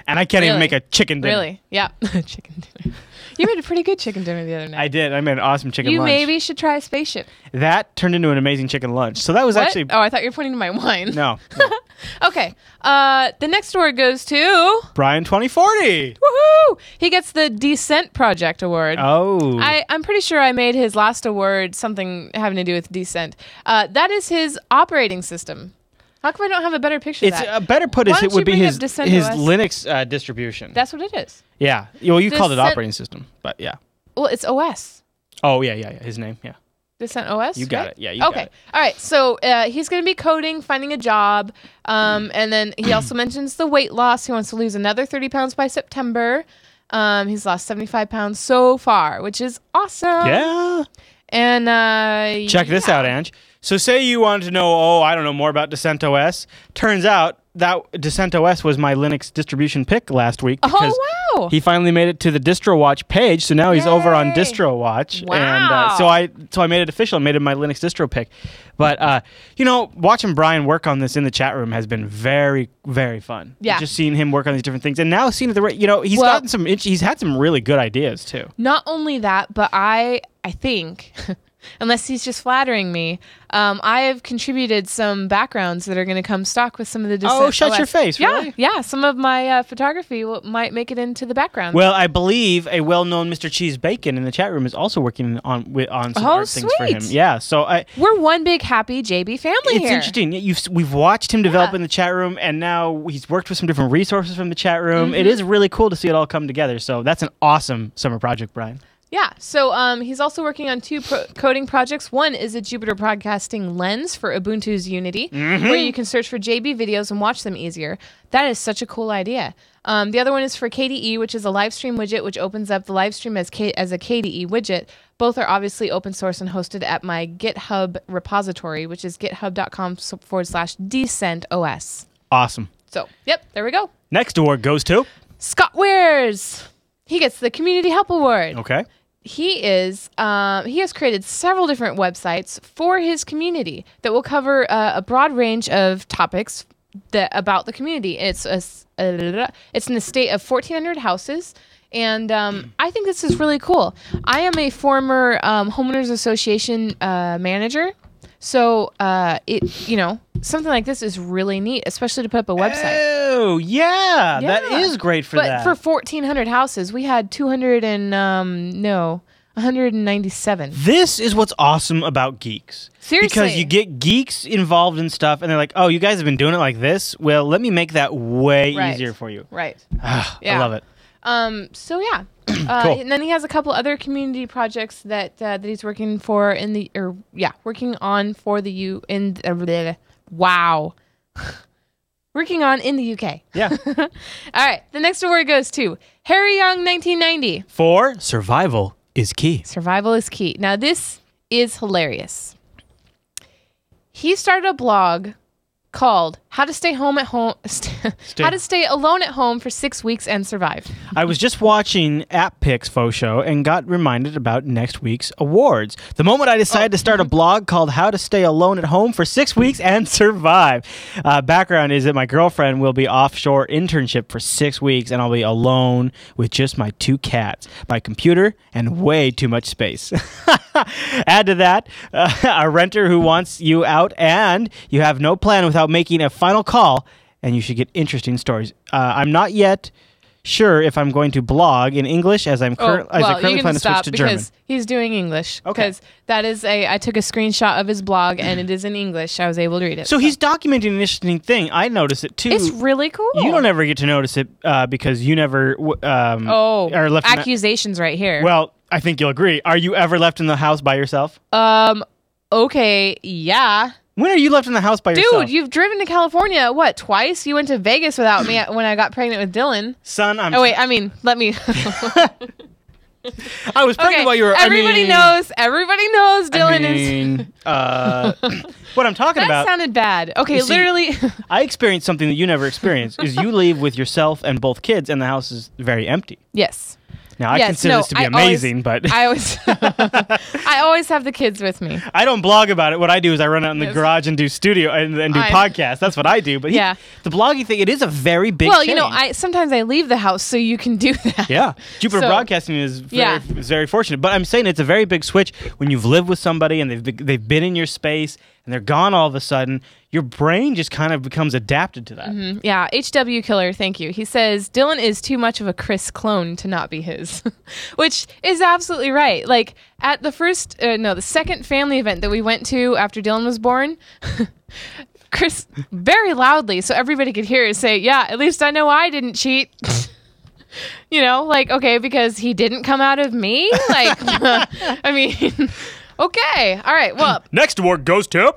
Speaker 2: And I can't even
Speaker 1: Really?
Speaker 2: make a chicken dinner.
Speaker 1: Really? Yeah, *laughs* chicken dinner. You made a pretty good chicken dinner the other night.
Speaker 2: I did. I made an awesome chicken
Speaker 1: you
Speaker 2: lunch.
Speaker 1: maybe should try a spaceship.
Speaker 2: That turned into an amazing chicken lunch. So that was
Speaker 1: What?
Speaker 2: actually
Speaker 1: oh, I thought you were pointing to my wine.
Speaker 2: no. no.
Speaker 1: *laughs* Okay. Uh, the next award goes to
Speaker 2: Brian 2040.
Speaker 1: woohoo! He gets the Descent Project Award.
Speaker 2: Oh.
Speaker 1: I, I'm pretty sure I made his last award something having to do with descent. Uh, that is his operating system. How come I don't have a better picture
Speaker 2: it's
Speaker 1: of that?
Speaker 2: uh, better put as
Speaker 1: Why
Speaker 2: it
Speaker 1: don't
Speaker 2: would
Speaker 1: you
Speaker 2: be
Speaker 1: bring up
Speaker 2: his his
Speaker 1: Descent OS?
Speaker 2: Linux uh, distribution.
Speaker 1: That's what it is.
Speaker 2: yeah. Well, you called it
Speaker 1: Descent-
Speaker 2: operating system, but yeah.
Speaker 1: Well, it's OS.
Speaker 2: Oh yeah, yeah, yeah. His name, yeah.
Speaker 1: Descent OS.
Speaker 2: You got
Speaker 1: right?
Speaker 2: it. Yeah, you got
Speaker 1: okay.
Speaker 2: it.
Speaker 1: All right. So uh, he's going to be coding, finding a job, um, and then
Speaker 2: *clears throat*
Speaker 1: he also mentions the weight loss. He wants to lose another thirty pounds by September. Um, he's lost seventy five pounds so far, which is awesome.
Speaker 2: Yeah.
Speaker 1: And uh,
Speaker 2: Check this out, Ange. So say you wanted to know, oh, I don't know more about Descent OS. Turns out that Descent OS was my Linux distribution pick last week because
Speaker 1: Oh wow.
Speaker 2: he finally made it to the DistroWatch page. So now he's over on
Speaker 1: Yay.
Speaker 2: DistroWatch,
Speaker 1: Wow.
Speaker 2: and uh, so I so I made it official. I made it my Linux distro pick. But uh, you know, watching Brian work on this in the chat room has been very very fun.
Speaker 1: Yeah.
Speaker 2: just seeing him work on these different things, and now seeing the ra- you know he's
Speaker 1: Well-
Speaker 2: gotten some int- he's had some really good ideas too.
Speaker 1: Not only that, but I I think, *laughs* unless he's just flattering me, um, I have contributed some backgrounds that are going to come stock with some of the. Descent
Speaker 2: Oh, shut your
Speaker 1: OS.
Speaker 2: face,
Speaker 1: Yeah,
Speaker 2: really?
Speaker 1: yeah. Some of my uh, photography will, might make it into the background.
Speaker 2: Well, I believe a well-known Mr. Cheese Bacon in the chat room is also working on wi- on some
Speaker 1: Oh,
Speaker 2: art things for him.
Speaker 1: sweet.
Speaker 2: Yeah, so I,
Speaker 1: We're one big happy JB family
Speaker 2: it's
Speaker 1: here.
Speaker 2: interesting. You've s- we've watched him develop
Speaker 1: Yeah.
Speaker 2: in the chat room, and now he's worked with some different resources from the chat room.
Speaker 1: Mm-hmm.
Speaker 2: It is really cool to see it all come together. So that's an awesome summer project, Brian.
Speaker 1: Yeah. So um, he's also working on two pro- coding projects. One is a Jupyter Broadcasting Lens for Ubuntu's Unity, where you can search for JB videos and watch them easier. That is such a cool idea. Um, the other one is for KDE, which is a live stream widget, which opens up the live stream as, K- as a KDE widget. Both are obviously open source and hosted at my GitHub repository, which is github.com s- forward slash descent OS.
Speaker 2: Awesome.
Speaker 1: So, yep, there we go.
Speaker 2: Next award goes to
Speaker 1: Scott Wears. He gets the Community Help Award
Speaker 2: okay.
Speaker 1: he is um, he has created several different websites for his community that will cover uh, a broad range of topics that about the community and it's a, s- a- it's in the state of 1400 houses and um, i think this is really cool i am a former um, homeowners association uh, manager so uh, it you know something like this is really neat especially to put up a website
Speaker 2: Oh yeah, that
Speaker 1: Yeah.
Speaker 2: is great for
Speaker 1: but
Speaker 2: that.
Speaker 1: for 1400 houses we had 200 and um, no 197
Speaker 2: this is what's awesome about geeks. Because
Speaker 1: Seriously.
Speaker 2: you get geeks involved in stuff, and they're like, "Oh, you guys have been doing it like this. Well, let me make that way
Speaker 1: Right.
Speaker 2: easier for you." *sighs*
Speaker 1: Right.
Speaker 2: Ah, I
Speaker 1: Yeah.
Speaker 2: love it.
Speaker 1: Um. So yeah. Uh,
Speaker 2: Cool.
Speaker 1: And then he has a couple other community projects that uh, that he's working for in the or yeah working on for the U in uh, bleh. wow *laughs* working on in the UK.
Speaker 2: Yeah.
Speaker 1: *laughs*
Speaker 2: *laughs*
Speaker 1: All right. The next award goes to Harry Young, 1990.
Speaker 2: For survival is key.
Speaker 1: Survival is key. Now this is hilarious. He started a blog called "How to Stay Home at Home," *laughs* "How to Stay Alone at Home for Six Weeks and Survive."
Speaker 2: I was just watching App Picks Faux Show and got reminded about next week's awards. The moment I decided to start a blog called How to Stay Alone at Home for Six Weeks and *laughs* Survive. Uh, background is that my girlfriend will be offshore internship for six weeks and I'll be alone with just my two cats, my computer, and way too much space. *laughs* Add to that uh, *laughs* a renter who wants you out and you have no plan without making a final call and you should get interesting stories. Uh, I'm not yet sure if I'm going to blog in English as I'm
Speaker 1: Oh,
Speaker 2: cur- as I currently plan to switch to German.
Speaker 1: because he's doing English.
Speaker 2: Okay.
Speaker 1: Because that is a I took a screenshot of his blog and it is in English. I was able to read it.
Speaker 2: So he's documenting an interesting thing. I notice it too.
Speaker 1: it's really cool.
Speaker 2: you don't ever get to notice it uh, because you never w- um,
Speaker 1: Oh,
Speaker 2: are left. in the-
Speaker 1: accusations right here.
Speaker 2: well, I think you'll agree. Are you ever left in the house by yourself?
Speaker 1: um, okay, yeah,
Speaker 2: When are you left in the house by
Speaker 1: dude,
Speaker 2: yourself?
Speaker 1: you've driven to California what twice? You went to Vegas without me when I got pregnant with Dylan.
Speaker 2: *laughs* Son, I'm.
Speaker 1: Oh wait, I mean, let
Speaker 2: *laughs*
Speaker 1: me.
Speaker 2: I was pregnant
Speaker 1: okay,
Speaker 2: while you were.
Speaker 1: everybody
Speaker 2: I mean,
Speaker 1: knows. Everybody knows Dylan
Speaker 2: I
Speaker 1: is.
Speaker 2: mean,
Speaker 1: *laughs*
Speaker 2: uh, what I'm talking
Speaker 1: That
Speaker 2: about.
Speaker 1: sounded bad. Okay,
Speaker 2: You see-
Speaker 1: literally. *laughs*
Speaker 2: I experienced something that you never experienced. is you leave with yourself and both kids, and the house is very empty.
Speaker 1: yes.
Speaker 2: Now I
Speaker 1: Yes,
Speaker 2: consider
Speaker 1: no,
Speaker 2: this to be
Speaker 1: I always-
Speaker 2: amazing, but
Speaker 1: I always, *laughs* I always have the kids with me.
Speaker 2: *laughs* I don't blog about it. What I do is I run out in the
Speaker 1: Yes.
Speaker 2: garage and do studio and, and do
Speaker 1: I'm-
Speaker 2: podcasts. That's what I do. But he-
Speaker 1: Yeah.
Speaker 2: the blogging thing, it is a very big.
Speaker 1: Well, you know,
Speaker 2: change.
Speaker 1: I sometimes I leave the house so you can do *laughs* that.
Speaker 2: Yeah, Jupiter
Speaker 1: So-
Speaker 2: Broadcasting is very,
Speaker 1: Yeah.
Speaker 2: is very fortunate, but I'm saying it's a very big switch when you've lived with somebody and they've be- they've been in your space and they're gone all of a sudden. Your brain just kind of becomes adapted to that.
Speaker 1: Mm, Yeah, HW Killer, thank you. He says Dylan is too much of a Chris clone to not be his, *laughs* which is absolutely right. Like at the first, uh, no, the second family event that we went to after Dylan was born, *laughs* Chris very loudly, so everybody could hear, say, "Yeah, at least I know I didn't cheat." *laughs* *laughs* you know, like okay, because he didn't come out of me. Like, I mean, *laughs* Okay. All right. Well,
Speaker 2: Next award goes to.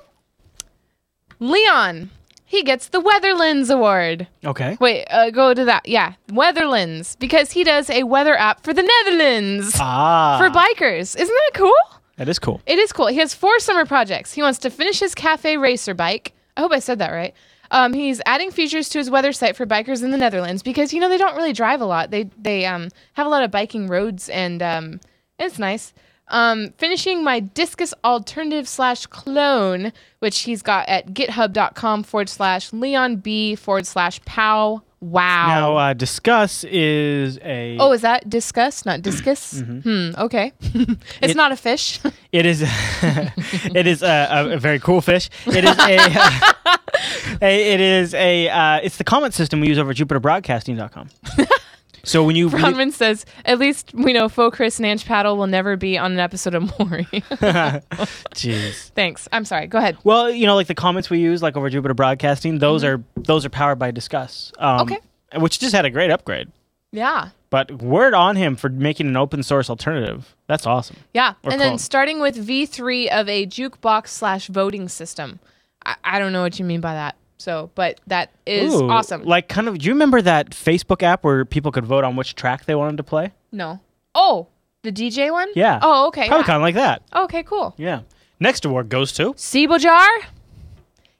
Speaker 1: Leon, he gets the Weatherlands Award.
Speaker 2: Okay.
Speaker 1: Wait, uh, go to that. Yeah, Weatherlands because he does a weather app for the Netherlands
Speaker 2: Ah.
Speaker 1: for bikers. Isn't that cool?
Speaker 2: that is cool.
Speaker 1: It is cool. He has four summer projects. He wants to finish his cafe racer bike. I hope I said that right. Um, he's adding features to his weather site for bikers in the Netherlands because you know they don't really drive a lot. They they um, have a lot of biking roads and um, it's nice. Um, finishing my discus alternative slash clone, which he's got at github.com forward slash Leon B forward slash pow wow.
Speaker 2: Now, uh, discuss is a.
Speaker 1: oh, is that discuss, not discus? Hmm. Okay. *laughs* it's not a fish.
Speaker 2: It is. *laughs* it is a, a, a very cool fish. It is
Speaker 1: *laughs*
Speaker 2: a. a it is a. Uh, it's the comment system we use over at JupiterBroadcasting.com. so when you
Speaker 1: Bronwyn says, "At least we know Faux Chris and Ange Paddle will never be on an episode of Maury." *laughs*
Speaker 2: jeez.
Speaker 1: Thanks. I'm sorry. Go ahead.
Speaker 2: Well, you know, like the comments we use, like over Jupiter Broadcasting, those are those are powered by Discuss. Um,
Speaker 1: Mm-hmm. Okay.
Speaker 2: Which just had a great upgrade.
Speaker 1: Yeah,
Speaker 2: But word on him for making an open source alternative. That's awesome.
Speaker 1: yeah.
Speaker 2: Or
Speaker 1: and then
Speaker 2: clone.
Speaker 1: starting with V3 of a jukebox slash voting system. I-, I don't know what you mean by that. So, but that is
Speaker 2: Ooh,
Speaker 1: awesome.
Speaker 2: Like, kind of. Do you remember that Facebook app where people could vote on which track they wanted to play?
Speaker 1: no. Oh, the DJ one.
Speaker 2: Yeah.
Speaker 1: Oh, okay.
Speaker 2: Probably
Speaker 1: yeah.
Speaker 2: kind of like that.
Speaker 1: okay, cool.
Speaker 2: Yeah. Next award goes to. oh,
Speaker 1: Sibojar.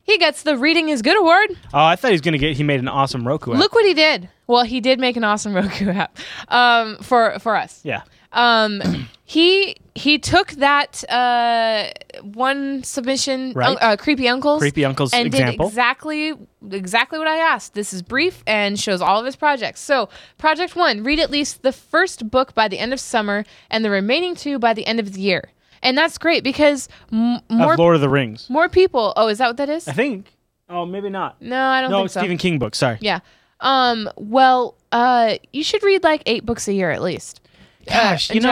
Speaker 1: He gets the Reading is Good award.
Speaker 2: Oh, I thought he was gonna get. He made an awesome Roku app.
Speaker 1: Look what he did. Well, he did make an awesome *laughs* Roku app um, for for us.
Speaker 2: Yeah.
Speaker 1: um *clears throat* he he took that uh one submission
Speaker 2: Right.
Speaker 1: uh, creepy uncles
Speaker 2: Creepy Uncles
Speaker 1: and
Speaker 2: example.
Speaker 1: did exactly exactly what i asked this is brief and shows all of his projects so project one read at least the first book by the end of summer and the remaining two by the end of the year and that's great because m- more
Speaker 2: Of Lord of the Rings.
Speaker 1: more people oh is that what that
Speaker 2: *laughs*
Speaker 1: is
Speaker 2: I think. Oh, maybe not.
Speaker 1: no i don't
Speaker 2: No,
Speaker 1: think
Speaker 2: it's
Speaker 1: so
Speaker 2: Stephen King book. Sorry.
Speaker 1: yeah um well uh you should read like eight books a year at least
Speaker 2: Gosh,
Speaker 1: uh, in
Speaker 2: you know,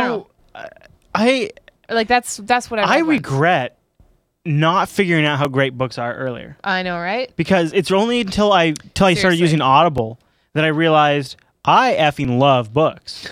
Speaker 1: general.
Speaker 2: I
Speaker 1: like that's that's what i
Speaker 2: I
Speaker 1: read once.
Speaker 2: regret not figuring out how great books are earlier
Speaker 1: i know right
Speaker 2: because it's only until I till I started
Speaker 1: Seriously.
Speaker 2: using Audible that I realized I effing
Speaker 1: *laughs*
Speaker 2: love books.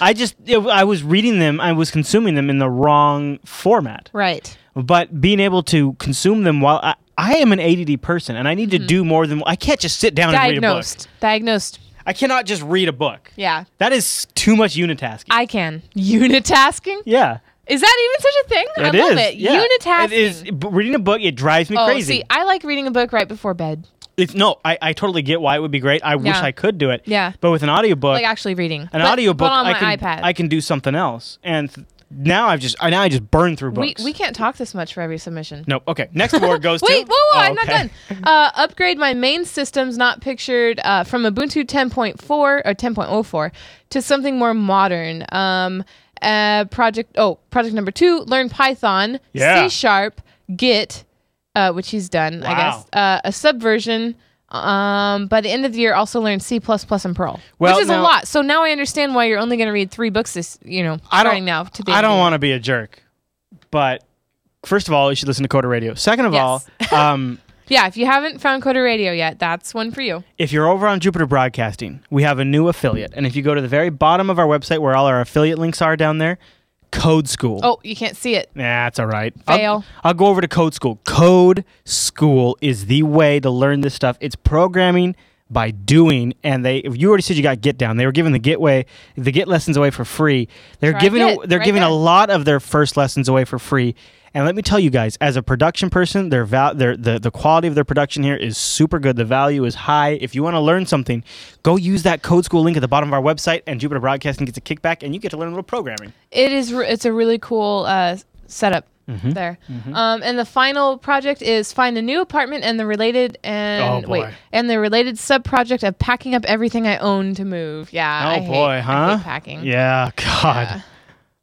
Speaker 2: I just it, I was reading them, I was consuming them in the wrong format.
Speaker 1: right
Speaker 2: But being able to consume them while I, I am an ADD person and I need to do more than I can't just sit down and read a book.
Speaker 1: Mm-hmm. diagnosed. Diagnosed.
Speaker 2: I cannot just read a book.
Speaker 1: Yeah.
Speaker 2: That is too much unitasking.
Speaker 1: I can. *laughs* Unitasking?
Speaker 2: yeah.
Speaker 1: Is that even such a thing?
Speaker 2: It
Speaker 1: I love
Speaker 2: is,
Speaker 1: it.
Speaker 2: yeah.
Speaker 1: Unitasking.
Speaker 2: It is b- reading a book. It drives me
Speaker 1: oh,
Speaker 2: crazy.
Speaker 1: see, I like reading a book right before bed.
Speaker 2: It's no, I, I totally get why it would be great. I wish
Speaker 1: Yeah.
Speaker 2: I could do it.
Speaker 1: Yeah.
Speaker 2: But with an audiobook,
Speaker 1: Like actually reading.
Speaker 2: an
Speaker 1: But-
Speaker 2: audiobook,
Speaker 1: but on
Speaker 2: I
Speaker 1: my
Speaker 2: can
Speaker 1: iPad.
Speaker 2: I can do something else. And th- now I've just I, now I just burn through
Speaker 1: we,
Speaker 2: books.
Speaker 1: we can't talk this much for every submission.
Speaker 2: no, okay. Next
Speaker 1: *laughs*
Speaker 2: award goes
Speaker 1: Wait,
Speaker 2: to
Speaker 1: whoa, whoa,
Speaker 2: Oh,
Speaker 1: I'm not
Speaker 2: okay.
Speaker 1: done. Uh, upgrade my main systems not pictured uh, from Ubuntu 10.4 or 10.04 to something more modern. Um, uh, project oh, project number two: learn Python,
Speaker 2: Yeah.
Speaker 1: C sharp, Git, uh, which he's done, I
Speaker 2: Wow.
Speaker 1: guess. Uh, a subversion. Um, by the end of the year, also learn C and Perl,
Speaker 2: Well,
Speaker 1: which is a
Speaker 2: now-
Speaker 1: lot. So now I understand why you're only going to read three books this, you know,
Speaker 2: I don't
Speaker 1: starting now. To the
Speaker 2: I
Speaker 1: end of
Speaker 2: don't
Speaker 1: the
Speaker 2: want to be a jerk, but first of all, you should listen to Coda Radio. Second of
Speaker 1: Yes.
Speaker 2: all,
Speaker 1: *laughs*
Speaker 2: um,
Speaker 1: year. Yeah, if you haven't found Coda Radio yet, that's one for you.
Speaker 2: If you're over on Jupiter Broadcasting, we have a new affiliate. And if you go to the very bottom of our website where all our affiliate links are down there, Code School.
Speaker 1: Oh, you can't see it.
Speaker 2: Nah, it's all right. I'll-
Speaker 1: Fail.
Speaker 2: I'll, go over to Code School. Code School is the way to learn this stuff. It's programming by doing, and they. If you already said you got Git down, they were giving the Git way, the Git lessons away for free. They're
Speaker 1: Try
Speaker 2: giving. a-
Speaker 1: Git
Speaker 2: they're
Speaker 1: right
Speaker 2: giving a
Speaker 1: there.
Speaker 2: lot of their first lessons away for free. And let me tell you guys, as a production person, their val- their the, the quality of their production here is super good. The value is high. If you want to learn something, go use that Code School link at the bottom of our website, and Jupiter Broadcasting gets a kickback, and you get to learn a little programming.
Speaker 1: it is re- it's a really cool uh, setup
Speaker 2: Mm-hmm.
Speaker 1: there um, and the final project is find a new apartment and the related and
Speaker 2: Oh, boy.
Speaker 1: wait and the related sub project of packing up everything i own to move yeah
Speaker 2: Oh
Speaker 1: I hate-
Speaker 2: boy,
Speaker 1: I
Speaker 2: huh?
Speaker 1: hate packing
Speaker 2: Yeah, *laughs* God.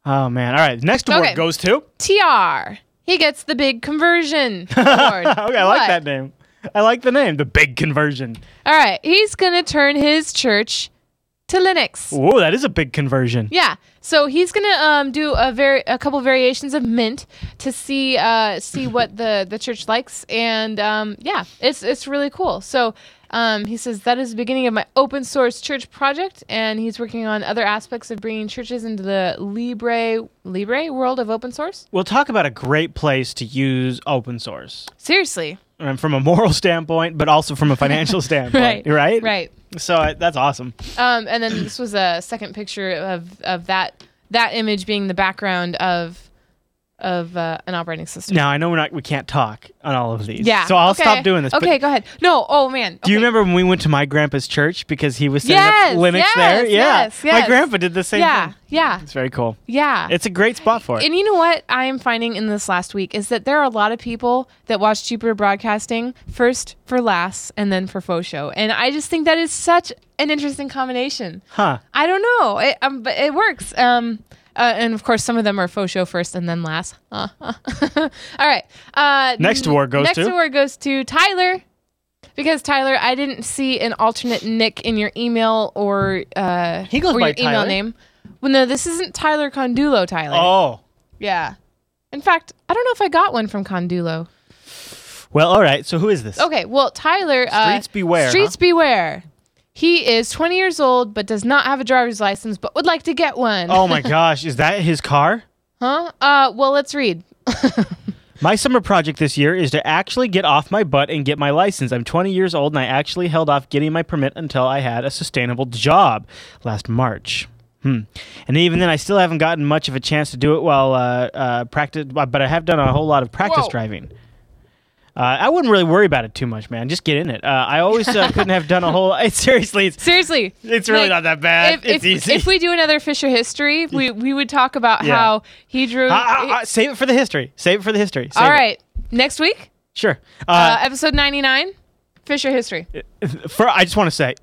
Speaker 2: Oh man. All right. Next award
Speaker 1: Okay.
Speaker 2: goes to. okay,
Speaker 1: tr he gets the big
Speaker 2: *laughs*
Speaker 1: conversion award.
Speaker 2: I like that name. I like the name. The big conversion.
Speaker 1: all right he's gonna turn his church to linux
Speaker 2: Whoa, that is a big conversion.
Speaker 1: Yeah. So he's gonna um, do a very a couple variations of mint to see uh, see what the the church likes, and um, yeah, it's it's really cool. So Um, he says that is the beginning of my open source church project, and he's working on other aspects of bringing churches into the Libre Libre world of open source.
Speaker 2: We'll talk about a great place to use open source
Speaker 1: Seriously,
Speaker 2: and from a moral *laughs* standpoint, but also from a
Speaker 1: *laughs*
Speaker 2: financial standpoint, right?
Speaker 1: right.
Speaker 2: So I, that's awesome.
Speaker 1: Um, and then this was a second picture of of that that image being the background of of uh, an operating system.
Speaker 2: Now I know we're not we can't talk on all of these.
Speaker 1: Yeah.
Speaker 2: So I'll
Speaker 1: okay.
Speaker 2: stop doing this. but
Speaker 1: Okay, go ahead. No. Oh man.
Speaker 2: Do
Speaker 1: Okay.
Speaker 2: you remember when we went to my grandpa's church because he was setting
Speaker 1: Yes,
Speaker 2: up Linux
Speaker 1: yes,
Speaker 2: there? Yeah.
Speaker 1: yes, yes.
Speaker 2: My grandpa did the same
Speaker 1: Yeah.
Speaker 2: thing.
Speaker 1: Yeah.
Speaker 2: It's very cool.
Speaker 1: Yeah.
Speaker 2: It's a great spot for it.
Speaker 1: And you know what I am finding in this last week is that there are a lot of people that watch Jupiter Broadcasting first for last and then for faux show, and I just think that is such an interesting combination.
Speaker 2: huh.
Speaker 1: I don't know, it, um, but it works. Um, uh, and of course, some of them are faux show first and then last. *laughs* Uh, uh. All right. Uh,
Speaker 2: Next award goes
Speaker 1: next
Speaker 2: to-
Speaker 1: award goes to Tyler. Because Tyler, I didn't see an alternate Nick in your email or uh,
Speaker 2: He goes
Speaker 1: or
Speaker 2: by
Speaker 1: your email
Speaker 2: Tyler.
Speaker 1: name. Well, no, this isn't Tyler Condulo, Tyler.
Speaker 2: Oh.
Speaker 1: Yeah. In fact, I don't know if I got one from Condulo.
Speaker 2: Well, all right. So who is this?
Speaker 1: Okay, well, Tyler. Uh,
Speaker 2: Streets beware,
Speaker 1: Streets beware. He is 20 years old, but does not have a driver's license, but would like to get one.
Speaker 2: Oh my gosh, is that his car?
Speaker 1: Huh? Uh, well, let's read.
Speaker 2: My summer project this year is to actually get off my butt and get my license. I'm 20 years old and I actually held off getting my permit until I had a sustainable job last March. Hmm. And even then, I still haven't gotten much of a chance to do it while uh, uh, practice, but I have done a whole lot of practice
Speaker 1: Whoa.
Speaker 2: driving. Uh, I wouldn't really worry about it too much, man. Just get in it. Uh, I always uh, couldn't have done a whole. *laughs* seriously, it's,
Speaker 1: Seriously.
Speaker 2: it's really
Speaker 1: like,
Speaker 2: not that bad.
Speaker 1: If, if,
Speaker 2: it's easy.
Speaker 1: if we do another Fisher
Speaker 2: *laughs*
Speaker 1: history, we, we would talk about
Speaker 2: Yeah.
Speaker 1: how he drew.
Speaker 2: Ah, ah, ah, save it for the history. Save it for the history. Save
Speaker 1: All
Speaker 2: it.
Speaker 1: right. Next week,
Speaker 2: Sure.
Speaker 1: uh,
Speaker 2: Uh,
Speaker 1: episode 99, Fisher history.
Speaker 2: for I just want to say,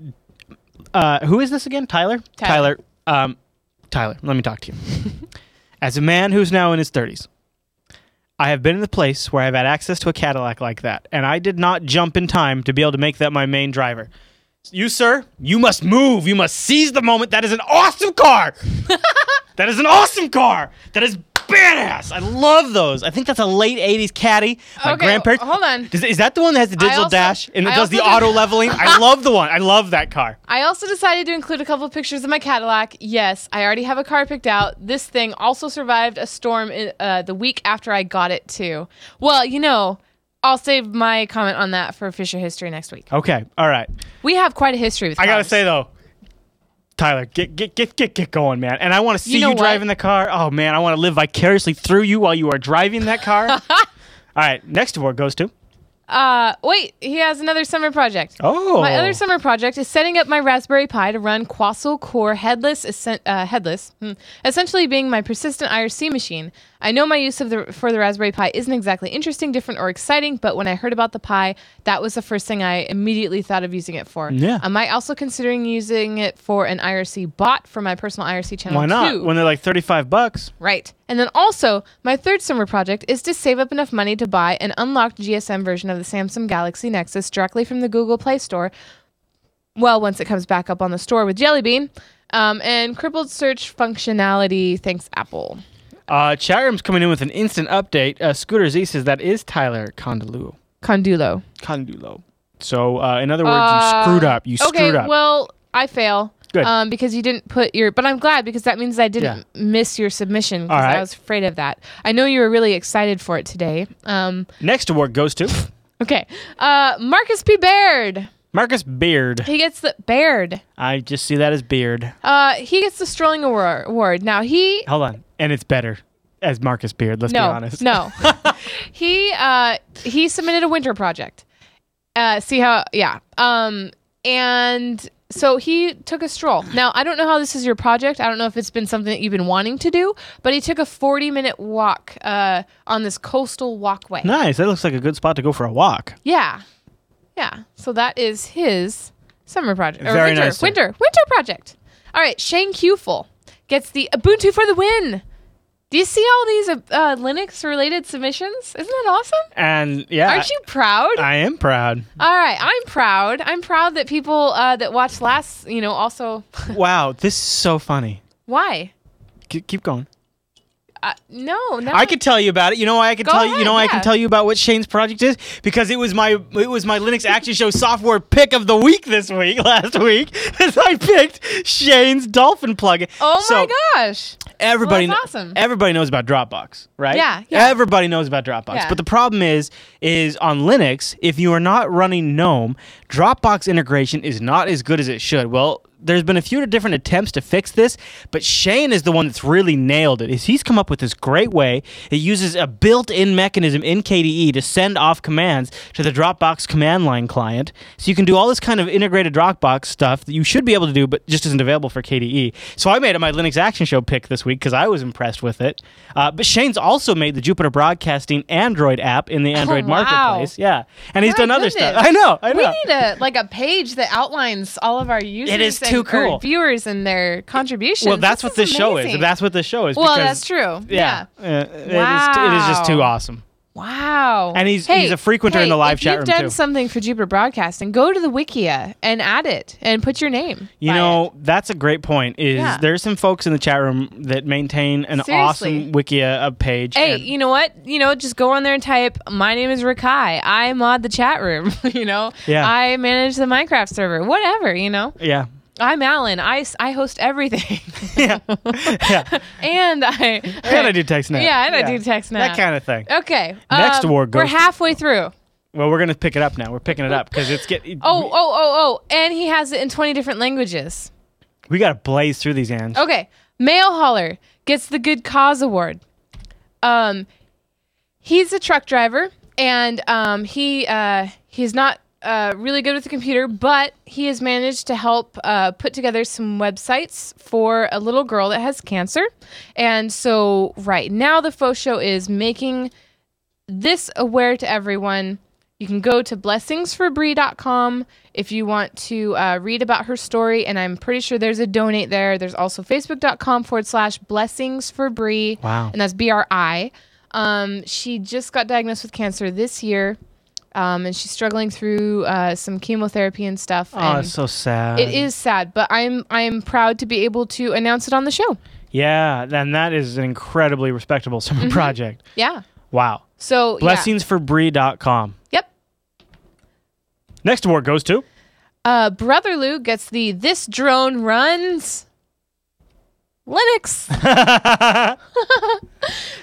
Speaker 2: uh, who is this again? Tyler.
Speaker 1: Tyler.
Speaker 2: Tyler, um, Tyler, let me talk
Speaker 1: *laughs*
Speaker 2: to you. As a man who's now in his thirties, I have been in the place where I've had access to a Cadillac like that, and I did not jump in time to be able to make that my main driver. You, sir, you must move. You must seize the moment. That is an awesome
Speaker 1: *laughs*
Speaker 2: car. that is an awesome car. That is badass. I love those. I think that's a late 80s caddy. My
Speaker 1: Okay,
Speaker 2: grandparents.
Speaker 1: hold on.
Speaker 2: Is, is that the one that has the digital
Speaker 1: also-
Speaker 2: dash and it
Speaker 1: I
Speaker 2: does the
Speaker 1: also did-
Speaker 2: auto leveling?
Speaker 1: *laughs*
Speaker 2: I love the one. I love that car.
Speaker 1: I also decided to include a couple of pictures of my Cadillac. Yes, I already have a car picked out. This thing also survived a storm in, uh, the week after I got it too. Well, you know, I'll save my comment on that for Fisher history next week.
Speaker 2: Okay. All right.
Speaker 1: We have quite a history with.
Speaker 2: I gotta
Speaker 1: cars.
Speaker 2: say though, Tyler, get get get get get going, man. And I want to see you,
Speaker 1: know what?
Speaker 2: driving the car. Oh man, I want to live vicariously through you while you are driving
Speaker 1: *laughs*
Speaker 2: that car. All right. Next award goes to.
Speaker 1: Uh, wait, he has another summer project.
Speaker 2: Oh.
Speaker 1: My other summer project is setting up my Raspberry Pi to run Quassel Core headless, essen- uh, headless, hmm, essentially being my persistent IRC machine. I know my use of the for the Raspberry Pi isn't exactly interesting, different, or exciting, but when I heard about the Pi, that was the first thing I immediately thought of using it for.
Speaker 2: Yeah.
Speaker 1: Am I also considering using it for an IRC bot for my personal IRC channel?
Speaker 2: Why not?
Speaker 1: too?
Speaker 2: When they're like thirty-five bucks.
Speaker 1: Right. And then also, my third summer project is to save up enough money to buy an unlocked GSM version of the Samsung Galaxy Nexus directly from the Google Play Store. Well, once it comes back up on the store with Jelly Bean um, and crippled search functionality, thanks Apple.
Speaker 2: Uh, chat room's coming in with an instant update. Uh, Scooter Z says that is Tyler Condulo.
Speaker 1: Condulo.
Speaker 2: Condulo. So uh, in other words,
Speaker 1: Uh,
Speaker 2: you screwed up. You
Speaker 1: Okay.
Speaker 2: screwed up.
Speaker 1: Well, I fail.
Speaker 2: Good.
Speaker 1: Um, because you didn't put your, but I'm glad because that means I didn't miss your submission because
Speaker 2: All right.
Speaker 1: I was afraid of that. I know you were really excited for it today. Um,
Speaker 2: Next award goes to
Speaker 1: okay. Uh, Marcus P. Baird.
Speaker 2: Marcus Beard.
Speaker 1: He gets the Baird.
Speaker 2: I just see that as Beard.
Speaker 1: Uh, he gets the Strolling Awar- Award. Now he
Speaker 2: Hold on, and it's better as Marcus Beard. Let's be
Speaker 1: no
Speaker 2: honest. *laughs*
Speaker 1: no he uh he submitted a winter project. Uh, see how yeah um and so he took a stroll. Now I don't know how this is your project. I don't know if it's been something that you've been wanting to do, but he took a forty minute walk uh on this coastal walkway.
Speaker 2: Nice. That looks like a good spot to go for a walk.
Speaker 1: Yeah, yeah. So that is his summer project or
Speaker 2: Very
Speaker 1: winter,
Speaker 2: nice, sir.
Speaker 1: winter, winter project. All right, Shane Cufel gets the Ubuntu for the win. Do you see all these uh, uh, Linux-related submissions? Isn't that awesome?
Speaker 2: And yeah, Uh,
Speaker 1: Aren't you proud?
Speaker 2: I, I am *laughs* proud.
Speaker 1: all right, I'm proud. I'm proud that people uh, that watched last, you know, also *laughs*
Speaker 2: wow, this is so funny.
Speaker 1: why
Speaker 2: Keep, keep going.
Speaker 1: Uh, no, no.
Speaker 2: I could tell you about it. You know why I could
Speaker 1: Go
Speaker 2: tell you? You
Speaker 1: ahead,
Speaker 2: know why I
Speaker 1: yeah.
Speaker 2: can tell you about what Shane's project is because it was my it was my Linux Action Show software pick of the week this week *laughs* last week. As I picked Shane's Dolphin plugin.
Speaker 1: Oh
Speaker 2: So,
Speaker 1: my gosh.
Speaker 2: Everybody,
Speaker 1: Well,
Speaker 2: kn-
Speaker 1: that's awesome.
Speaker 2: everybody knows about Dropbox, right?
Speaker 1: Yeah, yeah.
Speaker 2: Everybody knows about Dropbox.
Speaker 1: Yeah.
Speaker 2: But the problem is, is on Linux, if you are not running GNOME, Dropbox integration is not as good as it should. Well, there's been a few different attempts to fix this, but Shane is the one that's really nailed it. Is he's come up with this great way. It uses a built-in mechanism in E KDE to send off commands to the Dropbox command line client. So you can do all this kind of integrated Dropbox stuff that you should be able to do, but just isn't available for KDE. So I made it my Linux Action Show pick this week because I was impressed with it. Uh, but Shane's also made the Jupiter Broadcasting Android app in the Android
Speaker 1: Oh, wow.
Speaker 2: marketplace. Yeah, and he's
Speaker 1: My
Speaker 2: done other stuff.
Speaker 1: goodness.
Speaker 2: *laughs* I know. I know.
Speaker 1: We need a like a page that outlines all of our users.
Speaker 2: is
Speaker 1: and-
Speaker 2: too
Speaker 1: or
Speaker 2: cool.
Speaker 1: viewers and their contributions.
Speaker 2: well, that's
Speaker 1: This
Speaker 2: what this show is.
Speaker 1: amazing.
Speaker 2: That's what this show is.
Speaker 1: well,
Speaker 2: because-
Speaker 1: that's true. Yeah.
Speaker 2: Yeah. Uh, it, is, it is just
Speaker 1: Wow.
Speaker 2: too awesome.
Speaker 1: Wow.
Speaker 2: And he's-
Speaker 1: Hey,
Speaker 2: he's a frequenter in
Speaker 1: hey,
Speaker 2: the live
Speaker 1: if
Speaker 2: chat
Speaker 1: you've
Speaker 2: room,
Speaker 1: done
Speaker 2: too.
Speaker 1: something for Jupiter Broadcasting, go to the Wikia and add it and put your name.
Speaker 2: You
Speaker 1: by
Speaker 2: know, that's a great point. Is
Speaker 1: Yeah.
Speaker 2: there's some folks in the chat room that maintain an
Speaker 1: Seriously.
Speaker 2: awesome Wikia uh, page.
Speaker 1: it. Hey,
Speaker 2: and-
Speaker 1: you know what? You know, just go on there and type, my name is Rakai. I mod the chat room, *laughs* you know?
Speaker 2: Yeah.
Speaker 1: I manage the Minecraft server, whatever, you know?
Speaker 2: *laughs* yeah. *laughs*
Speaker 1: I'm Alan. I, s- I host everything. *laughs*
Speaker 2: yeah. Yeah.
Speaker 1: and
Speaker 2: *laughs*
Speaker 1: I.
Speaker 2: And I do text now.
Speaker 1: Yeah, and I do text now.
Speaker 2: That kind of thing.
Speaker 1: *laughs* Okay. um,
Speaker 2: Next war
Speaker 1: We're
Speaker 2: goes-
Speaker 1: halfway through.
Speaker 2: Well, we're going to pick it up now. We're picking it up because it's getting.
Speaker 1: Oh, oh, oh, oh. And he has it in 20 different languages.
Speaker 2: We got to blaze through these ends.
Speaker 1: Okay. Mail hauler gets the good cause award. Um, he's a truck driver, and um, he uh, he's not uh, really good with the computer, but he has managed to help uh, put together some websites for a little girl that has cancer. And so, right now, the faux show is making this aware to everyone. You can go to blessingsforbree.com if you want to uh, read about her story. And I'm pretty sure there's a donate there. There's also facebook.com forward slash blessings for Bree.
Speaker 2: Wow.
Speaker 1: And that's B R I. Um, she just got diagnosed with cancer this year. Um, and she's struggling through uh, some chemotherapy and stuff.
Speaker 2: Oh,
Speaker 1: and
Speaker 2: it's so sad.
Speaker 1: it is sad, but I'm I'm proud to be able to announce it on the show.
Speaker 2: Yeah. Then that is an incredibly respectable summer
Speaker 1: Mm-hmm.
Speaker 2: project.
Speaker 1: Yeah.
Speaker 2: Wow.
Speaker 1: So
Speaker 2: Blessingsforbree.com.
Speaker 1: Yeah. Yep.
Speaker 2: Next award
Speaker 1: *laughs*
Speaker 2: goes to.
Speaker 1: Uh, Brother Lou gets the This Drone Runs
Speaker 2: *laughs*
Speaker 1: Linux. *laughs*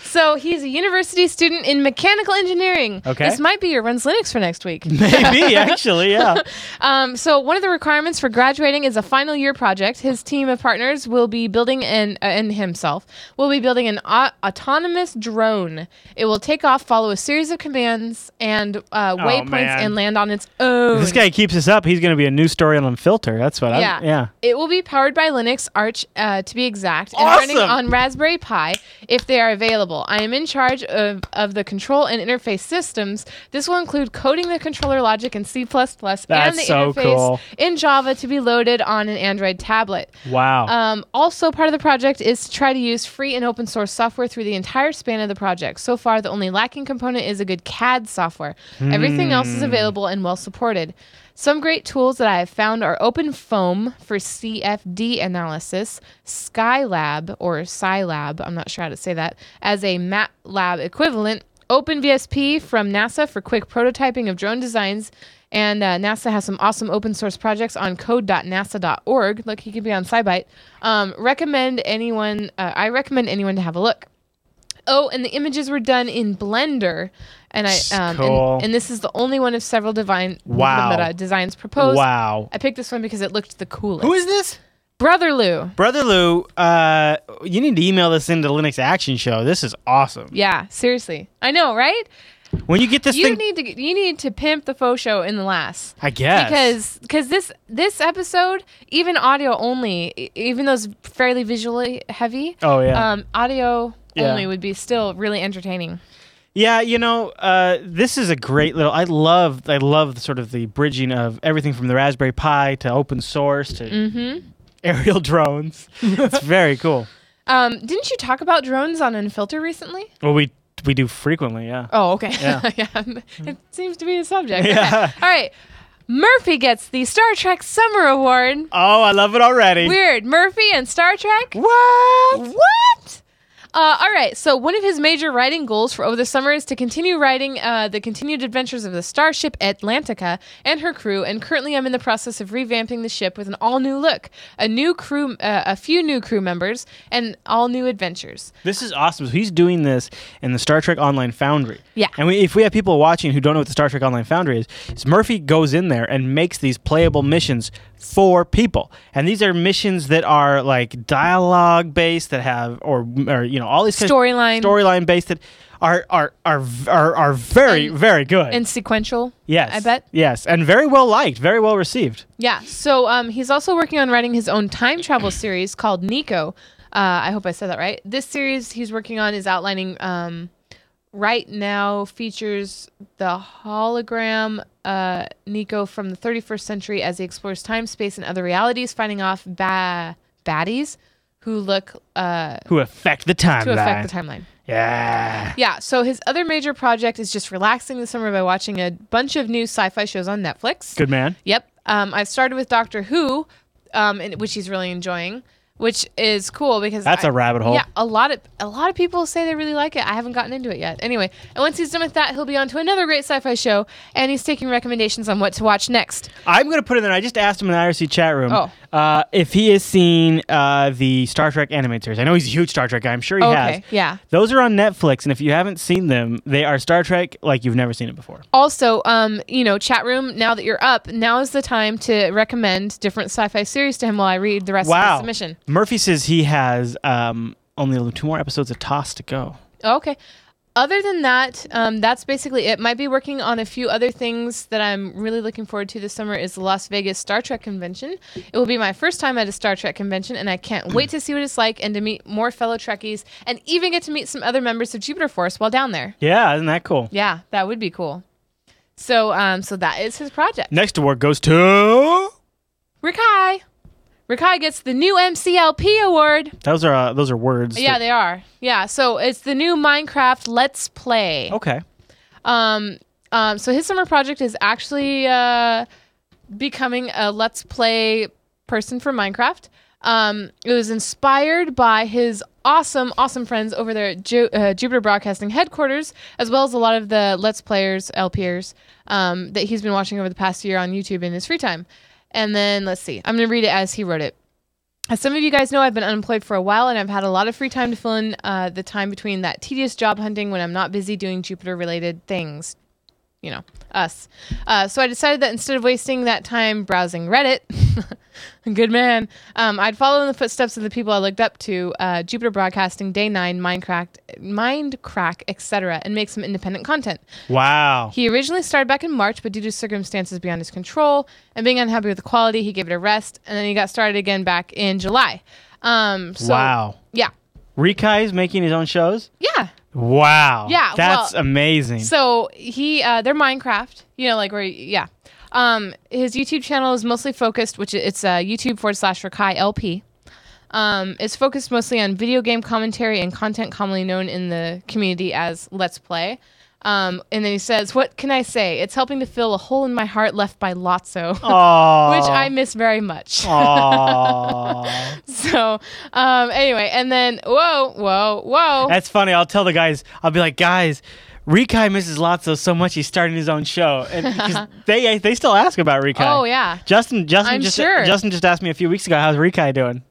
Speaker 1: so he's a university student in mechanical engineering.
Speaker 2: Okay.
Speaker 1: This might be your Runs Linux for next week.
Speaker 2: Maybe,
Speaker 1: *laughs*
Speaker 2: actually. Yeah.
Speaker 1: Um, so one of the requirements for graduating is a final year project. His team of partners will be building an uh, and himself will be building an au- autonomous drone. It will take off, follow a series of commands and uh, waypoints,
Speaker 2: man.
Speaker 1: and land on its own.
Speaker 2: This guy keeps us up. He's going to be a new story on Filter. That's what
Speaker 1: Yeah.
Speaker 2: I'm. Yeah.
Speaker 1: It will be powered by Linux Arch, uh, to be exact, and
Speaker 2: Awesome.
Speaker 1: running on Raspberry Pi if they are available. I am in charge of, of the control and interface systems. This will include coding the controller logic in C++ and the
Speaker 2: so
Speaker 1: interface
Speaker 2: cool.
Speaker 1: in Java to be loaded on an Android tablet.
Speaker 2: Wow.
Speaker 1: Um, also, part of the project is to try to use free and open source software through the entire span of the project. So far, the only lacking component is a good CAD software. Everything else is available and well supported. Some great tools that I have found are OpenFOAM for CFD analysis, Skylab or Scilab, I'm not sure how to say that, as a MATLAB equivalent, OpenVSP from NASA for quick prototyping of drone designs. And uh, NASA has some awesome open source projects on code.nasa.org. Look, you can be on SciByte. Um, recommend anyone. Uh, I recommend anyone to have a look. Oh, and the images were done in Blender, and I um,
Speaker 2: Cool.
Speaker 1: and, and this is the only one of several divine
Speaker 2: Wow.
Speaker 1: that, uh, designs proposed.
Speaker 2: wow.
Speaker 1: I picked this one because it looked the coolest.
Speaker 2: Who is this?
Speaker 1: Brother Lou?
Speaker 2: Brother Lou, uh, you need to email this into Linux Action Show. This is awesome.
Speaker 1: Yeah, seriously, I know, right?
Speaker 2: When you get this
Speaker 1: You
Speaker 2: thing,
Speaker 1: need to you need to pimp the faux show in the last.
Speaker 2: I guess
Speaker 1: because because this this episode even audio only e- even though it's fairly visually heavy
Speaker 2: Oh, yeah.
Speaker 1: um audio
Speaker 2: Yeah.
Speaker 1: only would be still really entertaining
Speaker 2: yeah, you know, uh, this is a great little. I love, I love the sort of the bridging of everything from the Raspberry Pi to open source to
Speaker 1: Mm-hmm.
Speaker 2: aerial *laughs* drones. it's very cool.
Speaker 1: um didn't you talk about drones on Unfilter recently
Speaker 2: Well, we we do frequently, yeah.
Speaker 1: oh okay *laughs*
Speaker 2: Yeah.
Speaker 1: it seems to be the subject
Speaker 2: Yeah.
Speaker 1: Okay. all right Murphy gets the Star Trek Summer Award
Speaker 2: Oh, I love it already.
Speaker 1: weird Murphy and Star Trek
Speaker 2: what?
Speaker 1: What? Uh, all right. So one of his major writing goals for over the summer is to continue writing uh, the continued adventures of the starship Atlantica and her crew. And currently, I'm in the process of revamping the ship with an all-new look, a new crew, uh, a few new crew members, and all new adventures.
Speaker 2: This is awesome. So he's doing this in the Star Trek Online Foundry.
Speaker 1: Yeah.
Speaker 2: And we, if we have people watching who don't know what the Star Trek Online Foundry is, is Murphy goes in there and makes these playable missions for people. And these are missions that are like dialogue based that have or or you know all these kind of
Speaker 1: Storyline.
Speaker 2: storyline based that are are are v- are, are very
Speaker 1: And-
Speaker 2: very good.
Speaker 1: And sequential.
Speaker 2: yes.
Speaker 1: I bet.
Speaker 2: Yes, and very well liked, very well received.
Speaker 1: Yeah. So um, he's also working on writing his own time travel series called Nico. Uh, I hope I said that right. This series he's working on is outlining um, right now features the hologram uh, Nico from the 31st century as he explores time, space, and other realities, fighting off ba- baddies who look uh,
Speaker 2: Who affect the timeline.
Speaker 1: to affect the timeline.
Speaker 2: Yeah.
Speaker 1: Yeah, so his other major project is just relaxing the summer by watching a bunch of new sci fi shows on Netflix.
Speaker 2: Good man.
Speaker 1: Yep. Um, I've started with Doctor Who, um, and, which he's really enjoying, which is cool because
Speaker 2: That's
Speaker 1: a
Speaker 2: a rabbit hole.
Speaker 1: Yeah, a lot of a lot of people say they really like it. I haven't gotten into it yet. Anyway, and once he's done with that, he'll be on to another great sci-fi show, and he's taking recommendations on what to watch next.
Speaker 2: I'm going to put it in. I just asked him in the IRC chat room
Speaker 1: Oh.
Speaker 2: uh, if he has seen uh, the Star Trek animated series. I know he's a huge Star Trek guy. I'm sure he has.
Speaker 1: Okay, yeah.
Speaker 2: Those are on Netflix, and if you haven't seen them, they are Star Trek like you've never seen it before.
Speaker 1: Also, um, you know, chat room. Now that you're up, now is the time to recommend different sci-fi series to him while I read the rest of the
Speaker 2: Wow.
Speaker 1: submission.
Speaker 2: Murphy says he has um, only two more episodes of Toss to go.
Speaker 1: Oh, Okay. Other than that, um, that's basically it. Might be working on a few other things that I'm really looking forward to this summer is the Las Vegas Star Trek convention. It will be my first time at a Star Trek convention, and I can't wait to see what it's like and to meet more fellow Trekkies and even get to meet some other members of Jupiter Force while down there.
Speaker 2: Yeah, isn't that cool?
Speaker 1: Yeah, that would be cool. So, um, so that is his project.
Speaker 2: Next award goes to.
Speaker 1: Rikai. Rikai gets the new MCLP award.
Speaker 2: Those are uh, those are words.
Speaker 1: Yeah,
Speaker 2: that-
Speaker 1: they are. Yeah, so it's the new Minecraft Let's Play.
Speaker 2: okay.
Speaker 1: Um, um, so his summer project is actually uh, becoming a let's play person for Minecraft. Um, it was inspired by his awesome, awesome friends over there at Ju- uh, Jupiter Broadcasting headquarters, as well as a lot of the let's players, LPers um, that he's been watching over the past year on YouTube in his free time. And then let's see, I'm going to read it as he wrote it. As some of you guys know, I've been unemployed for a while and I've had a lot of free time to fill in uh, the time between that tedious job hunting when I'm not busy doing Jupiter related things. You know, us. Uh, so I decided that instead of wasting that time browsing Reddit, *laughs* good man, um, I'd follow in the footsteps of the people I looked up to uh, Jupiter Broadcasting, Day 9, Minecraft, Mindcrack, etc., and make some independent content.
Speaker 2: Wow.
Speaker 1: He originally started back in March, but due to circumstances beyond his control and being unhappy with the quality, he gave it a rest, and then he got started again back in July. Um, so,
Speaker 2: wow.
Speaker 1: Yeah.
Speaker 2: Rikai is making his own shows.
Speaker 1: Yeah.
Speaker 2: Wow.
Speaker 1: Yeah,
Speaker 2: That's
Speaker 1: well-
Speaker 2: amazing.
Speaker 1: So he, uh, they're Minecraft, you know, like where, yeah. Um, his YouTube channel is mostly focused, which it's uh, YouTube forward slash Rakai LP. Um, it's focused mostly on video game commentary and content commonly known in the community as Let's Play. Um, and then he says, What can I say? It's helping to fill a hole in my heart left by Lotso. *laughs*
Speaker 2: Aw.
Speaker 1: which I miss very much.
Speaker 2: Aw.
Speaker 1: *laughs* so, um, anyway, and then whoa, whoa, whoa.
Speaker 2: That's funny. I'll tell the guys. I'll be like, guys, Rikai misses Lotso so much he's starting his own show, and
Speaker 1: *laughs*
Speaker 2: 'cause they they still ask about Rikai.
Speaker 1: Oh, yeah.
Speaker 2: Justin. Justin
Speaker 1: I'm
Speaker 2: just
Speaker 1: sure.
Speaker 2: Justin just asked me a few weeks ago how's Rikai doing.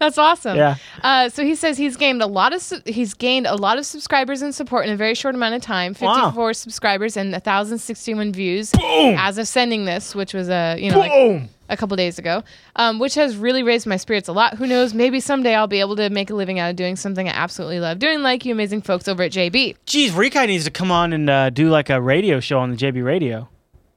Speaker 1: That's awesome.
Speaker 2: Yeah.
Speaker 1: Uh, so he says he's gained a lot of su- he's gained a lot of subscribers and support in a very short amount of time.
Speaker 2: Wow.
Speaker 1: 54 subscribers and 1061 views
Speaker 2: Boom.
Speaker 1: as of sending this, which was a, you know, like
Speaker 2: Boom.
Speaker 1: a couple days ago, um, which has really raised my spirits a lot. Who knows? Maybe someday I'll be able to make a living out of doing something I absolutely love doing, like you amazing folks over at JB.
Speaker 2: Jeez, Rikai needs to come on and uh, do like a radio show on the JB Radio.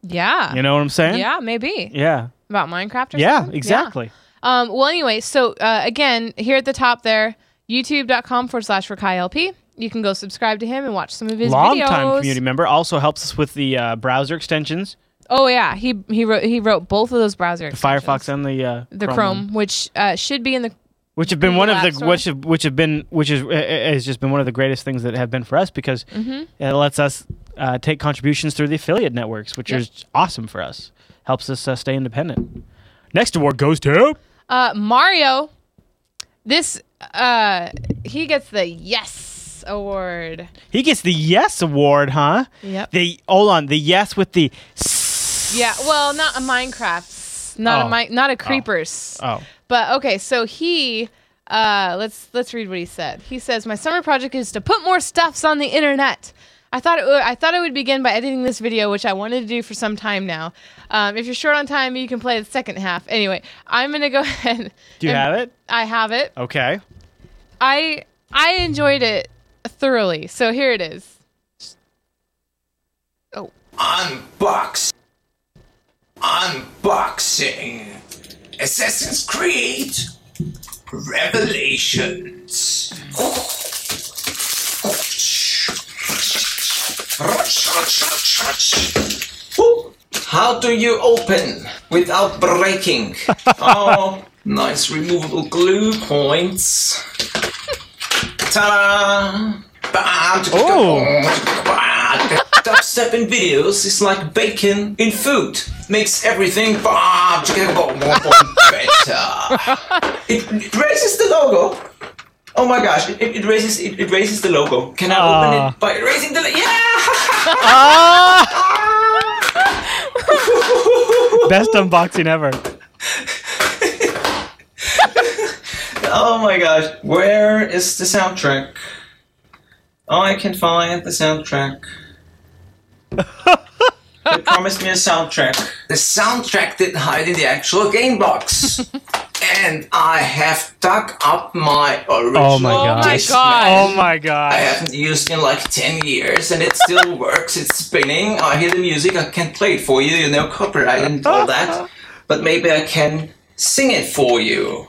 Speaker 1: Yeah.
Speaker 2: You know what I'm saying?
Speaker 1: Yeah, maybe.
Speaker 2: Yeah.
Speaker 1: About Minecraft or
Speaker 2: Yeah.
Speaker 1: something?
Speaker 2: Exactly.
Speaker 1: Um, well, anyway, so uh, again, here at the top there, youtube.com forward slash Rakai LP. You can go subscribe to him and watch some of his
Speaker 2: Long
Speaker 1: videos.
Speaker 2: time community member also helps us with the uh, browser extensions,
Speaker 1: Oh yeah, he he wrote he wrote both of those browser extensions.
Speaker 2: Firefox and the uh,
Speaker 1: the Chrome, which uh, should be in the
Speaker 2: which have been one
Speaker 1: Google
Speaker 2: of
Speaker 1: App
Speaker 2: the
Speaker 1: Store.
Speaker 2: which have, which have been which is uh, has just been one of the greatest things that have been for us because
Speaker 1: Mm-hmm.
Speaker 2: it lets us uh, take contributions through the affiliate networks, which
Speaker 1: Yep.
Speaker 2: is awesome for us. Helps us uh, stay independent. Next award goes to
Speaker 1: uh, Mario This uh he gets the yes award.
Speaker 2: He gets the Yes Award, huh?
Speaker 1: Yep.
Speaker 2: The hold on, the Yes with the. s-
Speaker 1: Yeah, well, not a Minecraft, not
Speaker 2: Oh.
Speaker 1: a mi- not a creepers.
Speaker 2: Oh.
Speaker 1: But okay, so he uh let's let's read what he said. He says, "My summer project is to put more stuffs on the internet." I thought it w- I thought I would begin by editing this video, which I wanted to do for some time now. Um, if you're short on time, you can play the second half. Anyway, I'm gonna go *laughs* ahead.
Speaker 2: Do you
Speaker 1: and-
Speaker 2: have it?
Speaker 1: I have it. *laughs*
Speaker 2: Okay.
Speaker 1: I I enjoyed it thoroughly. So here it is. Oh,
Speaker 3: Unbox. Unboxing. Assassin's Creed. Revelations. Ooh, How do you open without breaking? Oh, nice removable glue points. Ta-da! Oh. Dubstep in videos is like bacon in food. Makes everything better. It raises the logo. Oh my gosh! It, it raises it, it raises the logo. Can I
Speaker 2: Ah.
Speaker 3: open it by raising the lo- yeah?
Speaker 2: *laughs*
Speaker 3: *laughs*
Speaker 2: Ah! Best unboxing ever.
Speaker 3: Oh my gosh! Where is the soundtrack? I can find the soundtrack. they
Speaker 2: *laughs*
Speaker 3: promised me a soundtrack. The soundtrack didn't hide in the actual game
Speaker 2: *laughs*
Speaker 3: box. and I have dug up my
Speaker 2: Oh
Speaker 3: original.
Speaker 2: my gosh.
Speaker 1: my
Speaker 3: disc
Speaker 1: God.
Speaker 3: man.
Speaker 2: Oh my
Speaker 3: I
Speaker 2: god.
Speaker 3: haven't used in like 10 years and it
Speaker 2: *laughs*
Speaker 3: still works. It's spinning. I hear the music. I can't play it for you. You know, copyright and all
Speaker 2: *laughs*
Speaker 3: that. But maybe I can sing it for you.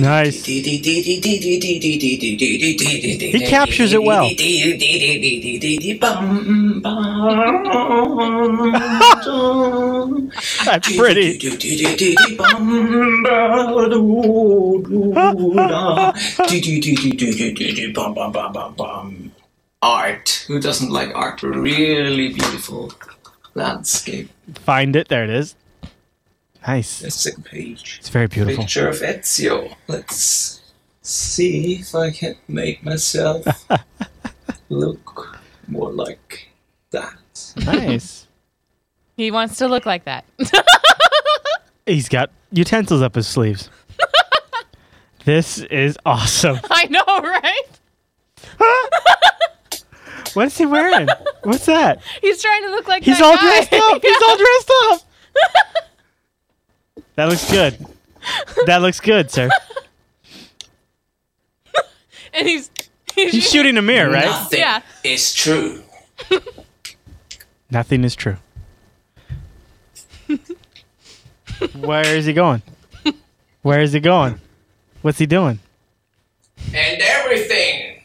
Speaker 2: Nice.
Speaker 3: He
Speaker 2: captures it well. *laughs* That's pretty.
Speaker 3: *laughs* art. Who doesn't like art? Really beautiful landscape.
Speaker 2: Find it. There it is. Nice.
Speaker 3: The second page.
Speaker 2: It's very beautiful.
Speaker 3: Picture of Ezio. Let's see if I can make myself look more like that.
Speaker 2: Nice.
Speaker 1: he wants to look like that. *laughs*
Speaker 2: He's got utensils up
Speaker 1: *laughs*
Speaker 2: his sleeves. this is awesome.
Speaker 1: I know, right?
Speaker 2: What's he wearing? What's
Speaker 1: *laughs*
Speaker 2: that?
Speaker 1: He's trying to look like
Speaker 2: He's
Speaker 1: that
Speaker 2: all
Speaker 1: guy.
Speaker 2: dressed up. He's all dressed up. That looks good. That looks good, sir.
Speaker 1: *laughs* and he's he's,
Speaker 2: He's shooting a mirror, right?
Speaker 3: Nothing
Speaker 1: Yeah.
Speaker 3: is true.
Speaker 2: Nothing
Speaker 1: *laughs*
Speaker 2: is true. Where is he going? Where is he going? What's he doing?
Speaker 3: And everything.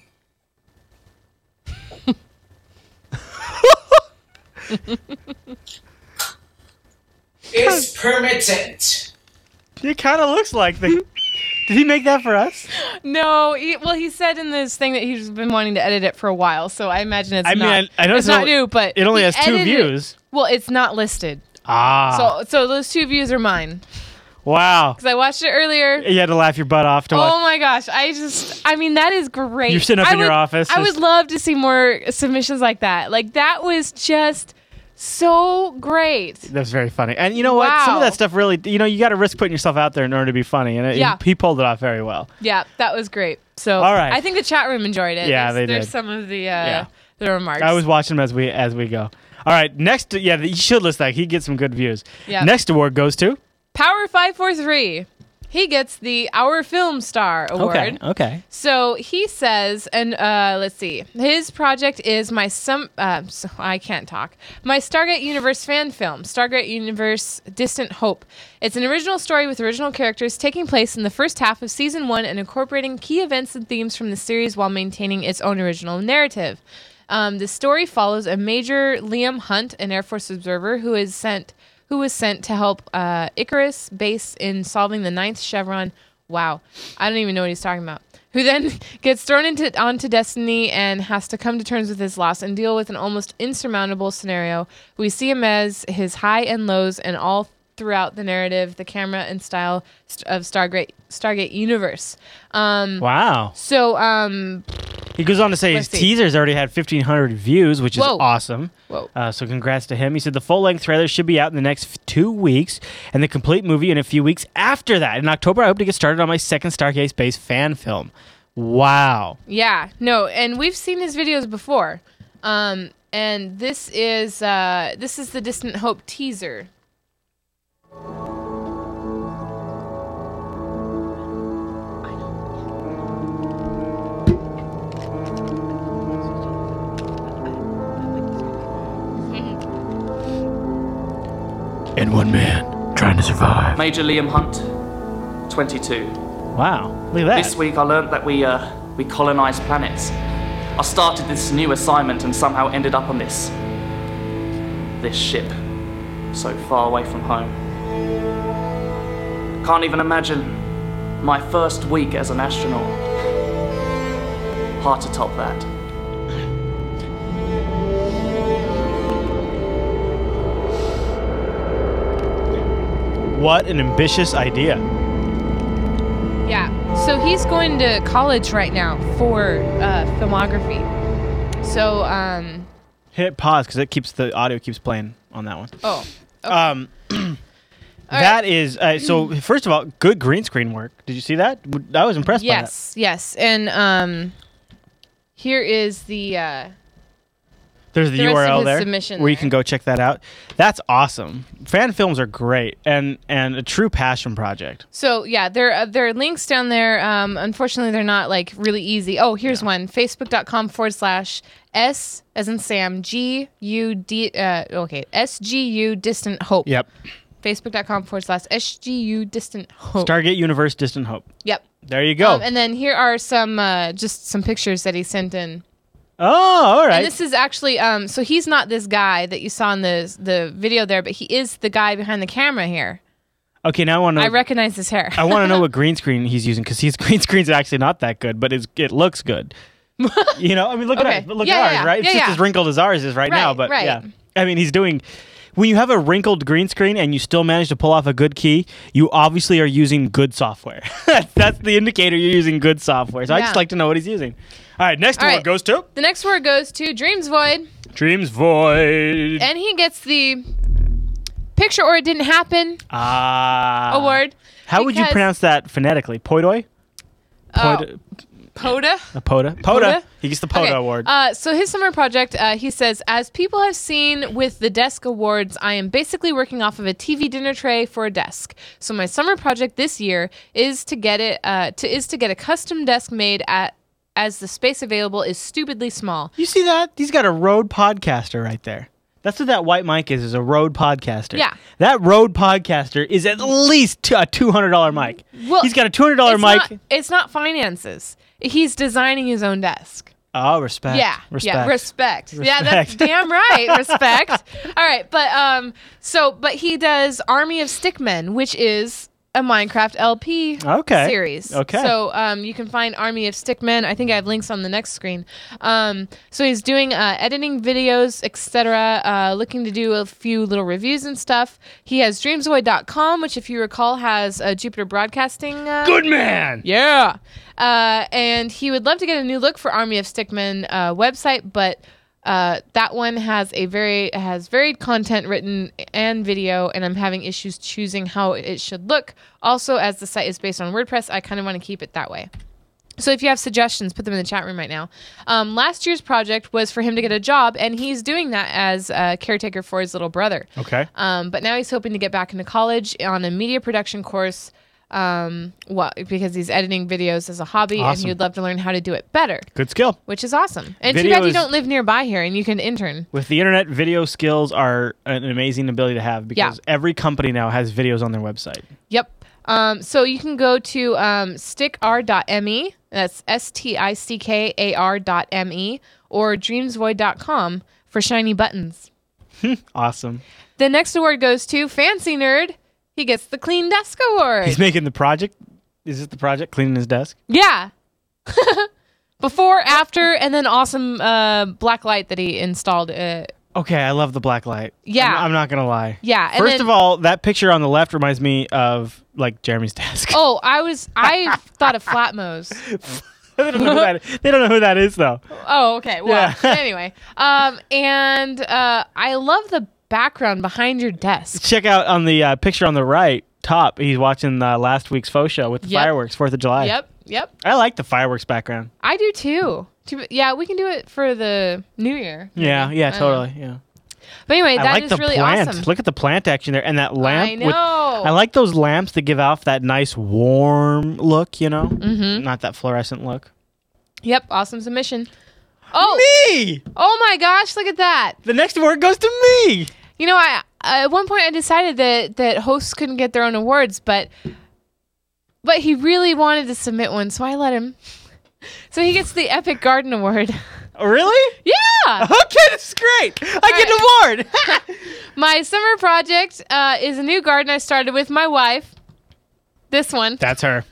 Speaker 3: is permitted.
Speaker 2: It kind of looks like the. Did he make that for us?
Speaker 1: no. He, well, he said in this thing that he's been wanting to edit it for a while, so I imagine it's
Speaker 2: I mean,
Speaker 1: not.
Speaker 2: I- I know
Speaker 1: it's
Speaker 2: it's
Speaker 1: not
Speaker 2: only-
Speaker 1: new, but
Speaker 2: It only
Speaker 1: he
Speaker 2: has two
Speaker 1: edited it.
Speaker 2: views.
Speaker 1: Well, it's not listed.
Speaker 2: Ah.
Speaker 1: So, so those two views are mine
Speaker 2: wow.
Speaker 1: because I watched it earlier.
Speaker 2: You had to laugh your butt off to watch.
Speaker 1: Oh my gosh! I just, I mean, that is great.
Speaker 2: You're sitting up
Speaker 1: I
Speaker 2: in your
Speaker 1: would-
Speaker 2: office,
Speaker 1: I
Speaker 2: just-
Speaker 1: would love to see more submissions like that. Like that was just so great.
Speaker 2: That's very funny. And you know what? Some of
Speaker 1: Wow.
Speaker 2: that stuff really, you know, you got to risk putting yourself out there in order to be funny. And it,
Speaker 1: Yeah.
Speaker 2: he pulled it off very well.
Speaker 1: Yeah, that was great. So,
Speaker 2: All right.
Speaker 1: I think the chat room enjoyed it.
Speaker 2: Yeah,
Speaker 1: there's,
Speaker 2: they
Speaker 1: there's
Speaker 2: did.
Speaker 1: some of the uh,
Speaker 2: Yeah.
Speaker 1: the remarks.
Speaker 2: I was watching him as we as we go. All right, next. Yeah, you should list that. He gets some good views.
Speaker 1: Yeah.
Speaker 2: Next award goes to.
Speaker 1: Power Five Four Three. He gets the Our Film Star Award.
Speaker 2: Okay.
Speaker 1: So he says, and uh, let's see, his project is my some. Uh, so I can't talk. My Stargate Universe fan film, Stargate Universe: Distant Hope. It's an original story with original characters taking place in the first half of season one and incorporating key events and themes from the series while maintaining its own original narrative. Um, the story follows a Major Liam Hunt, an Air Force observer who is sent who was sent to help uh, Icarus base in solving the ninth chevron. Wow, I don't even know what he's talking about. Who then *laughs* gets thrown into onto destiny and has to come to terms with his loss and deal with an almost insurmountable scenario. We see him as his high and lows and all throughout the narrative, the camera and style st- of Stargate Stargate universe. Um,
Speaker 2: Wow.
Speaker 1: so um,
Speaker 2: He goes on to say his
Speaker 1: Let's see.
Speaker 2: teaser's already had 1,500 views, which is
Speaker 1: Whoa.
Speaker 2: awesome.
Speaker 1: Whoa.
Speaker 2: Uh, so congrats to him. He said the full length trailer should be out in the next f- two weeks and the complete movie in a few weeks after that. In October, I hope to get started on my second Stargate Space fan film. Wow.
Speaker 1: yeah, no, and we've seen his videos before. Um, and this is uh, this is the Distant Hope teaser.
Speaker 2: And one man trying to survive.
Speaker 4: Major Liam Hunt, 22.
Speaker 2: Wow. Look at
Speaker 4: This
Speaker 2: that.
Speaker 4: week I learned that we, uh, we colonize planets. I started this new assignment and somehow ended up on this. This ship. So far away from home. Can't even imagine my first week as an astronaut. Hard to top that.
Speaker 2: What an ambitious idea.
Speaker 1: Yeah. So he's going to college right now for uh, filmography. So um,
Speaker 2: Hit pause because it keeps the audio keeps playing on that one.
Speaker 1: oh, *clears throat*
Speaker 2: Um, that is uh, so. First of all, good green screen work. Did you see that? W- I was impressed.
Speaker 1: yes, yes, and um, here is the uh,
Speaker 2: by that. There's the,
Speaker 1: The rest of
Speaker 2: URL
Speaker 1: his
Speaker 2: there
Speaker 1: submission
Speaker 2: where you can
Speaker 1: there.
Speaker 2: go check that out. That's awesome. Fan films are great and and a true passion project.
Speaker 1: So yeah, there uh, there are links down there. Um, unfortunately, they're not like really easy. Oh, here's one: facebook.com forward slash s as in Sam G U D uh, okay S G U distant hope. Facebook.com forward slash S G U distant hope.
Speaker 2: Stargate Universe Distant Hope.
Speaker 1: yep.
Speaker 2: There you go.
Speaker 1: Um, and then here are some uh, just some pictures that he sent in.
Speaker 2: oh, all right.
Speaker 1: And this is actually um, so he's not this guy that you saw in the the video there, but he is the guy behind the camera here.
Speaker 2: okay, now I want to.
Speaker 1: I recognize his hair.
Speaker 2: I want to know what green screen he's using because his *laughs* green screen's actually not that good, but it's, it
Speaker 1: *laughs*
Speaker 2: looks good. you know, I mean, look
Speaker 1: Okay.
Speaker 2: at it, look
Speaker 1: Yeah,
Speaker 2: at
Speaker 1: yeah,
Speaker 2: ours,
Speaker 1: yeah.
Speaker 2: right? It's
Speaker 1: Yeah,
Speaker 2: just
Speaker 1: yeah.
Speaker 2: as wrinkled as ours is right, now,
Speaker 1: Right,
Speaker 2: but
Speaker 1: right.
Speaker 2: yeah. I mean, he's doing. When you have a wrinkled green screen and you still manage to pull off a good key, you obviously are using good software. *laughs* That's the indicator you're using good software. So I just
Speaker 1: Yeah.
Speaker 2: like to know what he's using. All right, next
Speaker 1: All
Speaker 2: award
Speaker 1: right.
Speaker 2: goes to
Speaker 1: the next word goes to Dreams Void.
Speaker 2: Dreams Void.
Speaker 1: and he gets the picture or it didn't happen
Speaker 2: Ah.
Speaker 1: award.
Speaker 2: How would you
Speaker 1: because-
Speaker 2: pronounce that phonetically? Poidoi?
Speaker 1: Oh,
Speaker 2: Poida-
Speaker 1: Coda.
Speaker 2: a Poda? Poda.
Speaker 1: Poda?
Speaker 2: He gets the Poda
Speaker 1: Okay,
Speaker 2: award.
Speaker 1: Uh, so his summer project, uh, he says, as people have seen with the desk awards, I am basically working off of a TV dinner tray for a desk. So my summer project this year is to get it uh, to is to get a custom desk made at as the space available is stupidly small.
Speaker 2: You see that? He's got a road podcaster right there. That's what that white mic is, is a road podcaster.
Speaker 1: Yeah.
Speaker 2: That road podcaster is at least t- a $200 mic.
Speaker 1: Well,
Speaker 2: He's got a $200
Speaker 1: it's
Speaker 2: mic.
Speaker 1: not, it's not finances. He's designing his own desk.
Speaker 2: oh, respect.
Speaker 1: Yeah,
Speaker 2: Respect.
Speaker 1: yeah, respect. Yeah, that's
Speaker 2: Respect.
Speaker 1: damn
Speaker 2: *laughs*
Speaker 1: right. Respect. All right, but um, so but he does Army of Stickmen, which is a Minecraft LP
Speaker 2: Okay.
Speaker 1: series.
Speaker 2: Okay.
Speaker 1: So um, you can find Army of Stickmen. I think I have links on the next screen. Um, so he's doing uh, editing videos, etc. Uh, looking to do a few little reviews and stuff. He has Dreamsvoid.com, which, if you recall, has uh, Jupiter Broadcasting. Uh,
Speaker 2: Good man.
Speaker 1: yeah. Uh, and he would love to get a new look for Army of Stickmen uh, website, but uh, that one has a very has varied content written and video, and I'm having issues choosing how it should look. Also, as the site is based on WordPress, I kind of want to keep it that way. So if you have suggestions, put them in the chat room right now. Um, last year's project was for him to get a job, and he's doing that as a caretaker for his little brother.
Speaker 2: Okay.
Speaker 1: Um, but now he's hoping to get back into college on a media production course. Um, well, because he's editing videos as a hobby, and
Speaker 2: Awesome.
Speaker 1: he would love to learn how to do it better,
Speaker 2: Good skill.
Speaker 1: which is awesome. And
Speaker 2: Video
Speaker 1: too bad you
Speaker 2: is-
Speaker 1: don't live nearby here, and you can intern.
Speaker 2: With the internet, video skills are an amazing ability to have because every company now has videos on their website.
Speaker 1: Yep. Um, so you can go to um, stickr.me. e, That's S T I C K A R dot M E or dreamsvoid.com for shiny buttons.
Speaker 2: Awesome.
Speaker 1: The next award goes to Fancy Nerd. He gets the Clean Desk Award.
Speaker 2: He's making the project. Is this the project? Cleaning his desk?
Speaker 1: Yeah. *laughs* Before, after, and then awesome uh, black light that he installed uh,
Speaker 2: Okay, I love the black light.
Speaker 1: Yeah.
Speaker 2: I'm, I'm not gonna lie.
Speaker 1: Yeah, and
Speaker 2: First
Speaker 1: then-
Speaker 2: of all, that picture on the left reminds me of like Jeremy's desk.
Speaker 1: Oh, I was I thought of Flatmos.
Speaker 2: *laughs* they, don't know who that is. they don't know who that is though.
Speaker 1: Oh, okay. Well,
Speaker 2: Yeah.
Speaker 1: *laughs* anyway, um, and uh, I love the background behind your desk.
Speaker 2: Check out on the uh, picture on the right top. He's watching uh, last week's faux show with the
Speaker 1: Yep.
Speaker 2: fireworks, Fourth of July.
Speaker 1: Yep, Mm-hmm. yep.
Speaker 2: I like the fireworks background.
Speaker 1: I do too. Too- Yeah, we can do it for the new year.
Speaker 2: Yeah, yeah,
Speaker 1: know.
Speaker 2: totally. Yeah.
Speaker 1: But anyway,
Speaker 2: I
Speaker 1: Uh-huh. that
Speaker 2: like
Speaker 1: is
Speaker 2: the
Speaker 1: really
Speaker 2: plant.
Speaker 1: awesome.
Speaker 2: Look at the plant action there and that lamp.
Speaker 1: I know.
Speaker 2: With, I like those lamps that give off that nice warm look, you know? Mm-hmm. Not that fluorescent look.
Speaker 1: yep, awesome submission. Oh,
Speaker 2: Me!
Speaker 1: oh my gosh, look at that.
Speaker 2: The next award goes to me!
Speaker 1: You know, I at one point I decided that that hosts couldn't get their own awards, but but he really wanted to submit one, so I let him. *laughs* So he gets the Epic Garden Award. *laughs*
Speaker 2: Oh, Really?
Speaker 1: yeah.
Speaker 2: Okay, this is great! I get an award! *laughs*
Speaker 1: My summer project uh, is a new garden I started with my wife. This one.
Speaker 2: That's her.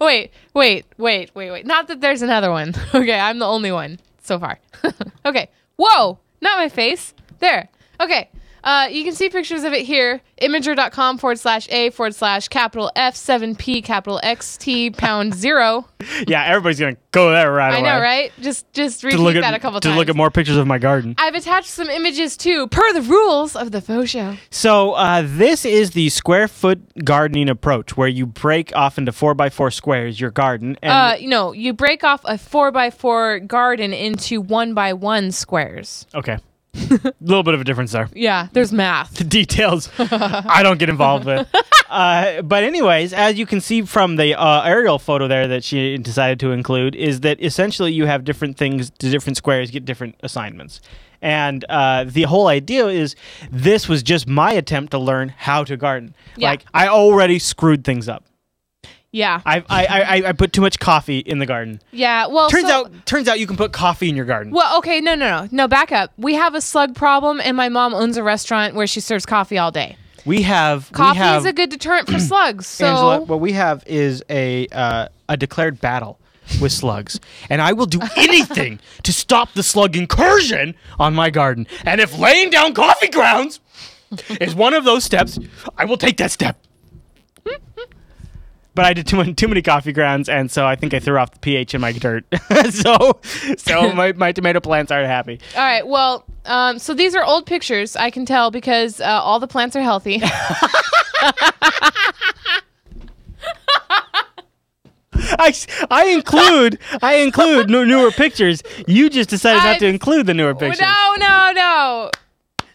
Speaker 1: wait, wait, wait, wait, wait. Not that there's another one. *laughs* Okay, I'm the only one so far. *laughs* okay. Whoa, not my face. There. Okay. Uh, you can see pictures of it here. Imager.com forward slash A forward slash capital F7P capital XT pound *laughs* zero.
Speaker 2: Yeah, everybody's gonna go there right
Speaker 1: I
Speaker 2: away.
Speaker 1: know, right? Just just
Speaker 2: To
Speaker 1: repeat
Speaker 2: look at
Speaker 1: that a couple
Speaker 2: to
Speaker 1: times.
Speaker 2: look at more pictures of my garden.
Speaker 1: I've attached some images too, per the rules of the faux show.
Speaker 2: So uh, this is the square foot gardening approach, where you break off into four by four squares your garden, and
Speaker 1: Uh, you know, you break off a four by four garden into one by one squares.
Speaker 2: Okay. *laughs* A little bit of a difference there.
Speaker 1: Yeah, there's math.
Speaker 2: *laughs* Details I don't get involved with. Uh, but anyways, as you can see from the uh, aerial photo there that she decided to include, is that essentially you have different things, to different squares get different assignments, and uh, the whole idea is this was just my attempt to learn how to garden.
Speaker 1: Yeah.
Speaker 2: Like I already screwed things up.
Speaker 1: Yeah,
Speaker 2: I I, I I- I put too much coffee in the garden.
Speaker 1: yeah. Well,
Speaker 2: Turns
Speaker 1: so-
Speaker 2: out turns out you can put coffee in your garden.
Speaker 1: Well, okay, no, no, no, no. Back up. We have a slug problem, and my mom owns a restaurant where she serves coffee all day.
Speaker 2: We have
Speaker 1: Coffee
Speaker 2: we have,
Speaker 1: is a good deterrent
Speaker 2: *clears throat*
Speaker 1: for slugs. So
Speaker 2: Angela, what we have is a uh, a declared battle with slugs, and I
Speaker 1: *laughs*
Speaker 2: will do anything to stop the slug incursion on my garden. And if laying down coffee grounds is one of those steps, I will take that step. But I did too many, too many coffee grounds, and so I think I threw off the pH in my dirt. *laughs* so,
Speaker 1: *laughs*
Speaker 2: so my, my tomato plants aren't happy.
Speaker 1: all right. Well, um, so these are old pictures. I can tell because uh, all the plants are
Speaker 2: *laughs*
Speaker 1: healthy.
Speaker 2: I, s- I include I include new, newer pictures. You just decided not to
Speaker 1: I-
Speaker 2: include the newer
Speaker 1: *laughs*
Speaker 2: pictures.
Speaker 1: no, no, no.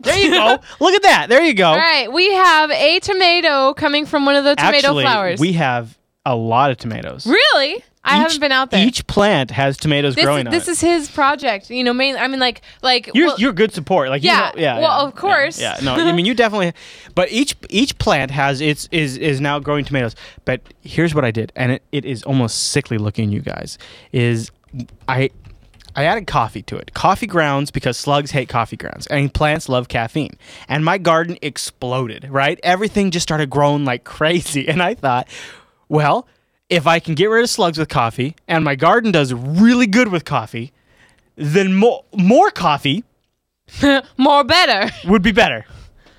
Speaker 2: There you go. *laughs* Look at that. There you go.
Speaker 1: All right, we have a tomato coming from one of the tomato
Speaker 2: Actually,
Speaker 1: flowers.
Speaker 2: we have a lot of tomatoes.
Speaker 1: Really? I
Speaker 2: Each-
Speaker 1: haven't been out there.
Speaker 2: Each plant has tomatoes
Speaker 1: this is,
Speaker 2: growing on
Speaker 1: this
Speaker 2: it.
Speaker 1: is his project. You know, mainly. I mean, like, like
Speaker 2: you're,
Speaker 1: well,
Speaker 2: you're good support. Like
Speaker 1: Yeah,
Speaker 2: you know, yeah.
Speaker 1: well,
Speaker 2: yeah,
Speaker 1: of course.
Speaker 2: Yeah, yeah. No, I
Speaker 1: *laughs*
Speaker 2: mean you definitely. But each each plant has its is is now growing tomatoes. But here's what I did, and it, it is almost sickly looking. You guys is I. I added coffee to it. Coffee grounds because slugs hate coffee grounds and plants love caffeine. And my garden exploded, right? Everything just started growing like crazy. *laughs* And I thought, well, if I can get rid of slugs with coffee and my garden does really good with coffee, then more more coffee
Speaker 1: more better. *laughs*
Speaker 2: would be better.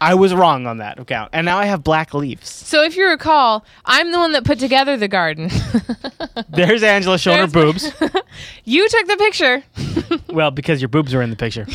Speaker 2: I was wrong on that account, and now I have black leaves.
Speaker 1: So if you recall, I'm the one that put together the garden.
Speaker 2: There's Angela showing her boobs.
Speaker 1: you took the
Speaker 2: *laughs*
Speaker 1: picture.
Speaker 2: well, because your boobs are in the picture.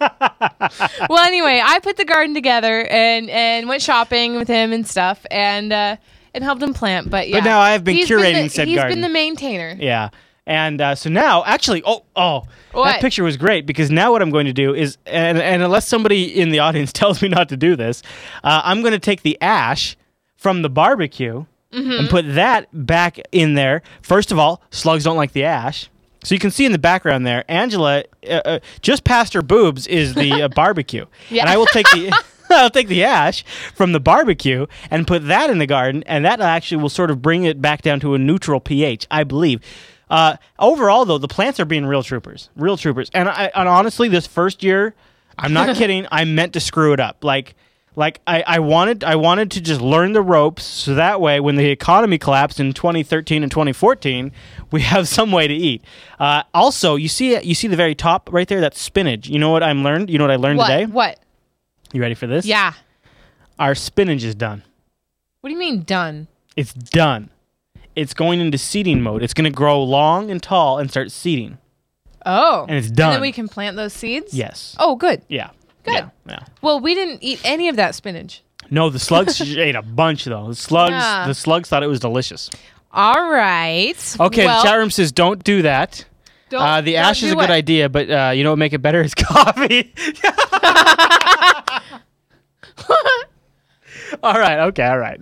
Speaker 1: Well, anyway, I put the garden together and and went shopping with him and stuff and uh and helped him plant. But yeah,
Speaker 2: now I have been
Speaker 1: He's
Speaker 2: curating
Speaker 1: the,
Speaker 2: said
Speaker 1: he's
Speaker 2: garden.
Speaker 1: been the maintainer.
Speaker 2: Yeah. And uh, so now, actually, oh, oh, that
Speaker 1: What?
Speaker 2: picture was great because now what I'm going to do is, and, and unless somebody in the audience *laughs* tells me not to do this, uh, I'm going to take the ash from the barbecue and put that back in there. First of all, slugs don't like the ash. So you can see in the background there, Angela, uh, uh, just past her boobs is the uh, barbecue.
Speaker 1: Yeah.
Speaker 2: And I will take the. *laughs* I'll take the ash from the barbecue and put that in the garden, and that actually will sort of bring it back down to a neutral pH, I believe. Uh, overall, though, the plants are being real troopers, real troopers, and I, and honestly, this first year, I'm not kidding. I meant to screw it up. Like, Like I, I wanted I wanted to just learn the ropes so that way when the economy collapsed in 2013 and 2014 we have *laughs* some way to eat. Uh, also, you see you see the very top right there that's spinach. You know what I'm learned? You know what I learned
Speaker 1: What?
Speaker 2: today?
Speaker 1: What?
Speaker 2: You ready for this?
Speaker 1: Yeah.
Speaker 2: Our spinach is done.
Speaker 1: What do you mean done?
Speaker 2: It's done. It's going into seeding mode. It's going to grow long and tall and start seeding.
Speaker 1: Oh.
Speaker 2: And it's
Speaker 1: And
Speaker 2: done.
Speaker 1: then we can plant those seeds?
Speaker 2: Yes.
Speaker 1: Oh, good.
Speaker 2: Yeah.
Speaker 1: Good.
Speaker 2: Yeah. yeah.
Speaker 1: Well, we didn't eat any of that spinach.
Speaker 2: No, the slugs *laughs* ate a bunch though. The slugs,
Speaker 1: Yeah.
Speaker 2: the slugs thought it was delicious.
Speaker 1: All right.
Speaker 2: Okay,
Speaker 1: Well,
Speaker 2: the chat room says don't do that.
Speaker 1: don't-
Speaker 2: Uh, the
Speaker 1: don't
Speaker 2: ash is
Speaker 1: do
Speaker 2: a
Speaker 1: what?
Speaker 2: good idea, but uh, you know what make it better is *laughs* coffee. all right. Okay. All right.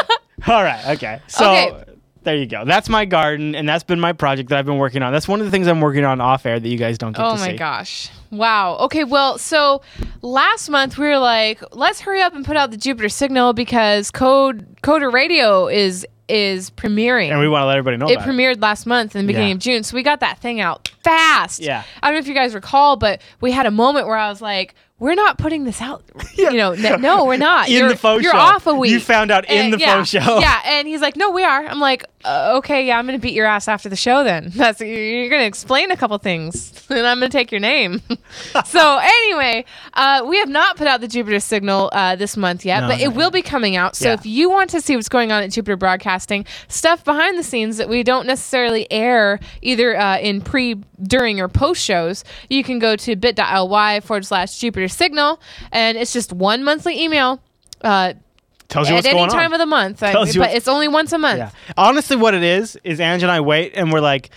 Speaker 2: *laughs* all right. Okay. So
Speaker 1: Okay.
Speaker 2: there you go. That's my garden, and that's been my project that I've been working on. That's one of the things I'm working on off air that you guys don't get
Speaker 1: Oh
Speaker 2: to
Speaker 1: my
Speaker 2: see.
Speaker 1: gosh. Wow. Okay, well, so last month we were like, let's hurry up and put out the Jupiter signal because Code Coder Radio is is premiering.
Speaker 2: And we want to let everybody know
Speaker 1: it
Speaker 2: about
Speaker 1: premiered last month in the beginning
Speaker 2: Yeah.
Speaker 1: of June. So we got that thing out fast.
Speaker 2: Yeah.
Speaker 1: I don't know if you guys recall, but we had a moment where I was like, we're not putting this
Speaker 2: *laughs*
Speaker 1: out. You know, n- no, we're not.
Speaker 2: In the
Speaker 1: you're,
Speaker 2: faux
Speaker 1: you're
Speaker 2: show.
Speaker 1: off a
Speaker 2: You
Speaker 1: week. Eh,
Speaker 2: found out in the
Speaker 1: yeah,
Speaker 2: faux show.
Speaker 1: Yeah. And he's like, no, we are. I'm like, uh, okay, yeah, I'm going to beat your ass after the show then. *laughs* That's You're going to explain a couple things *laughs* and I'm going to take your name. *laughs* so anyway, uh, we have not put out the Jupiter signal uh, this month yet,
Speaker 2: No,
Speaker 1: but
Speaker 2: no,
Speaker 1: it will be coming out. So
Speaker 2: Yeah.
Speaker 1: if you want to see what's going on at Jupiter Broadcasting, stuff behind the scenes that we don't necessarily air either uh, in pre, during, or post shows, you can go to bit.ly forward slash Jupiter Signal, and it's just one monthly email. Uh,
Speaker 2: it. Tells you
Speaker 1: at
Speaker 2: what's
Speaker 1: any
Speaker 2: going
Speaker 1: time
Speaker 2: on.
Speaker 1: of the month, I-
Speaker 2: Tells you
Speaker 1: but
Speaker 2: what's-
Speaker 1: it's only once a month.
Speaker 2: yeah. Honestly, what it is is Ange and I wait, and we're like,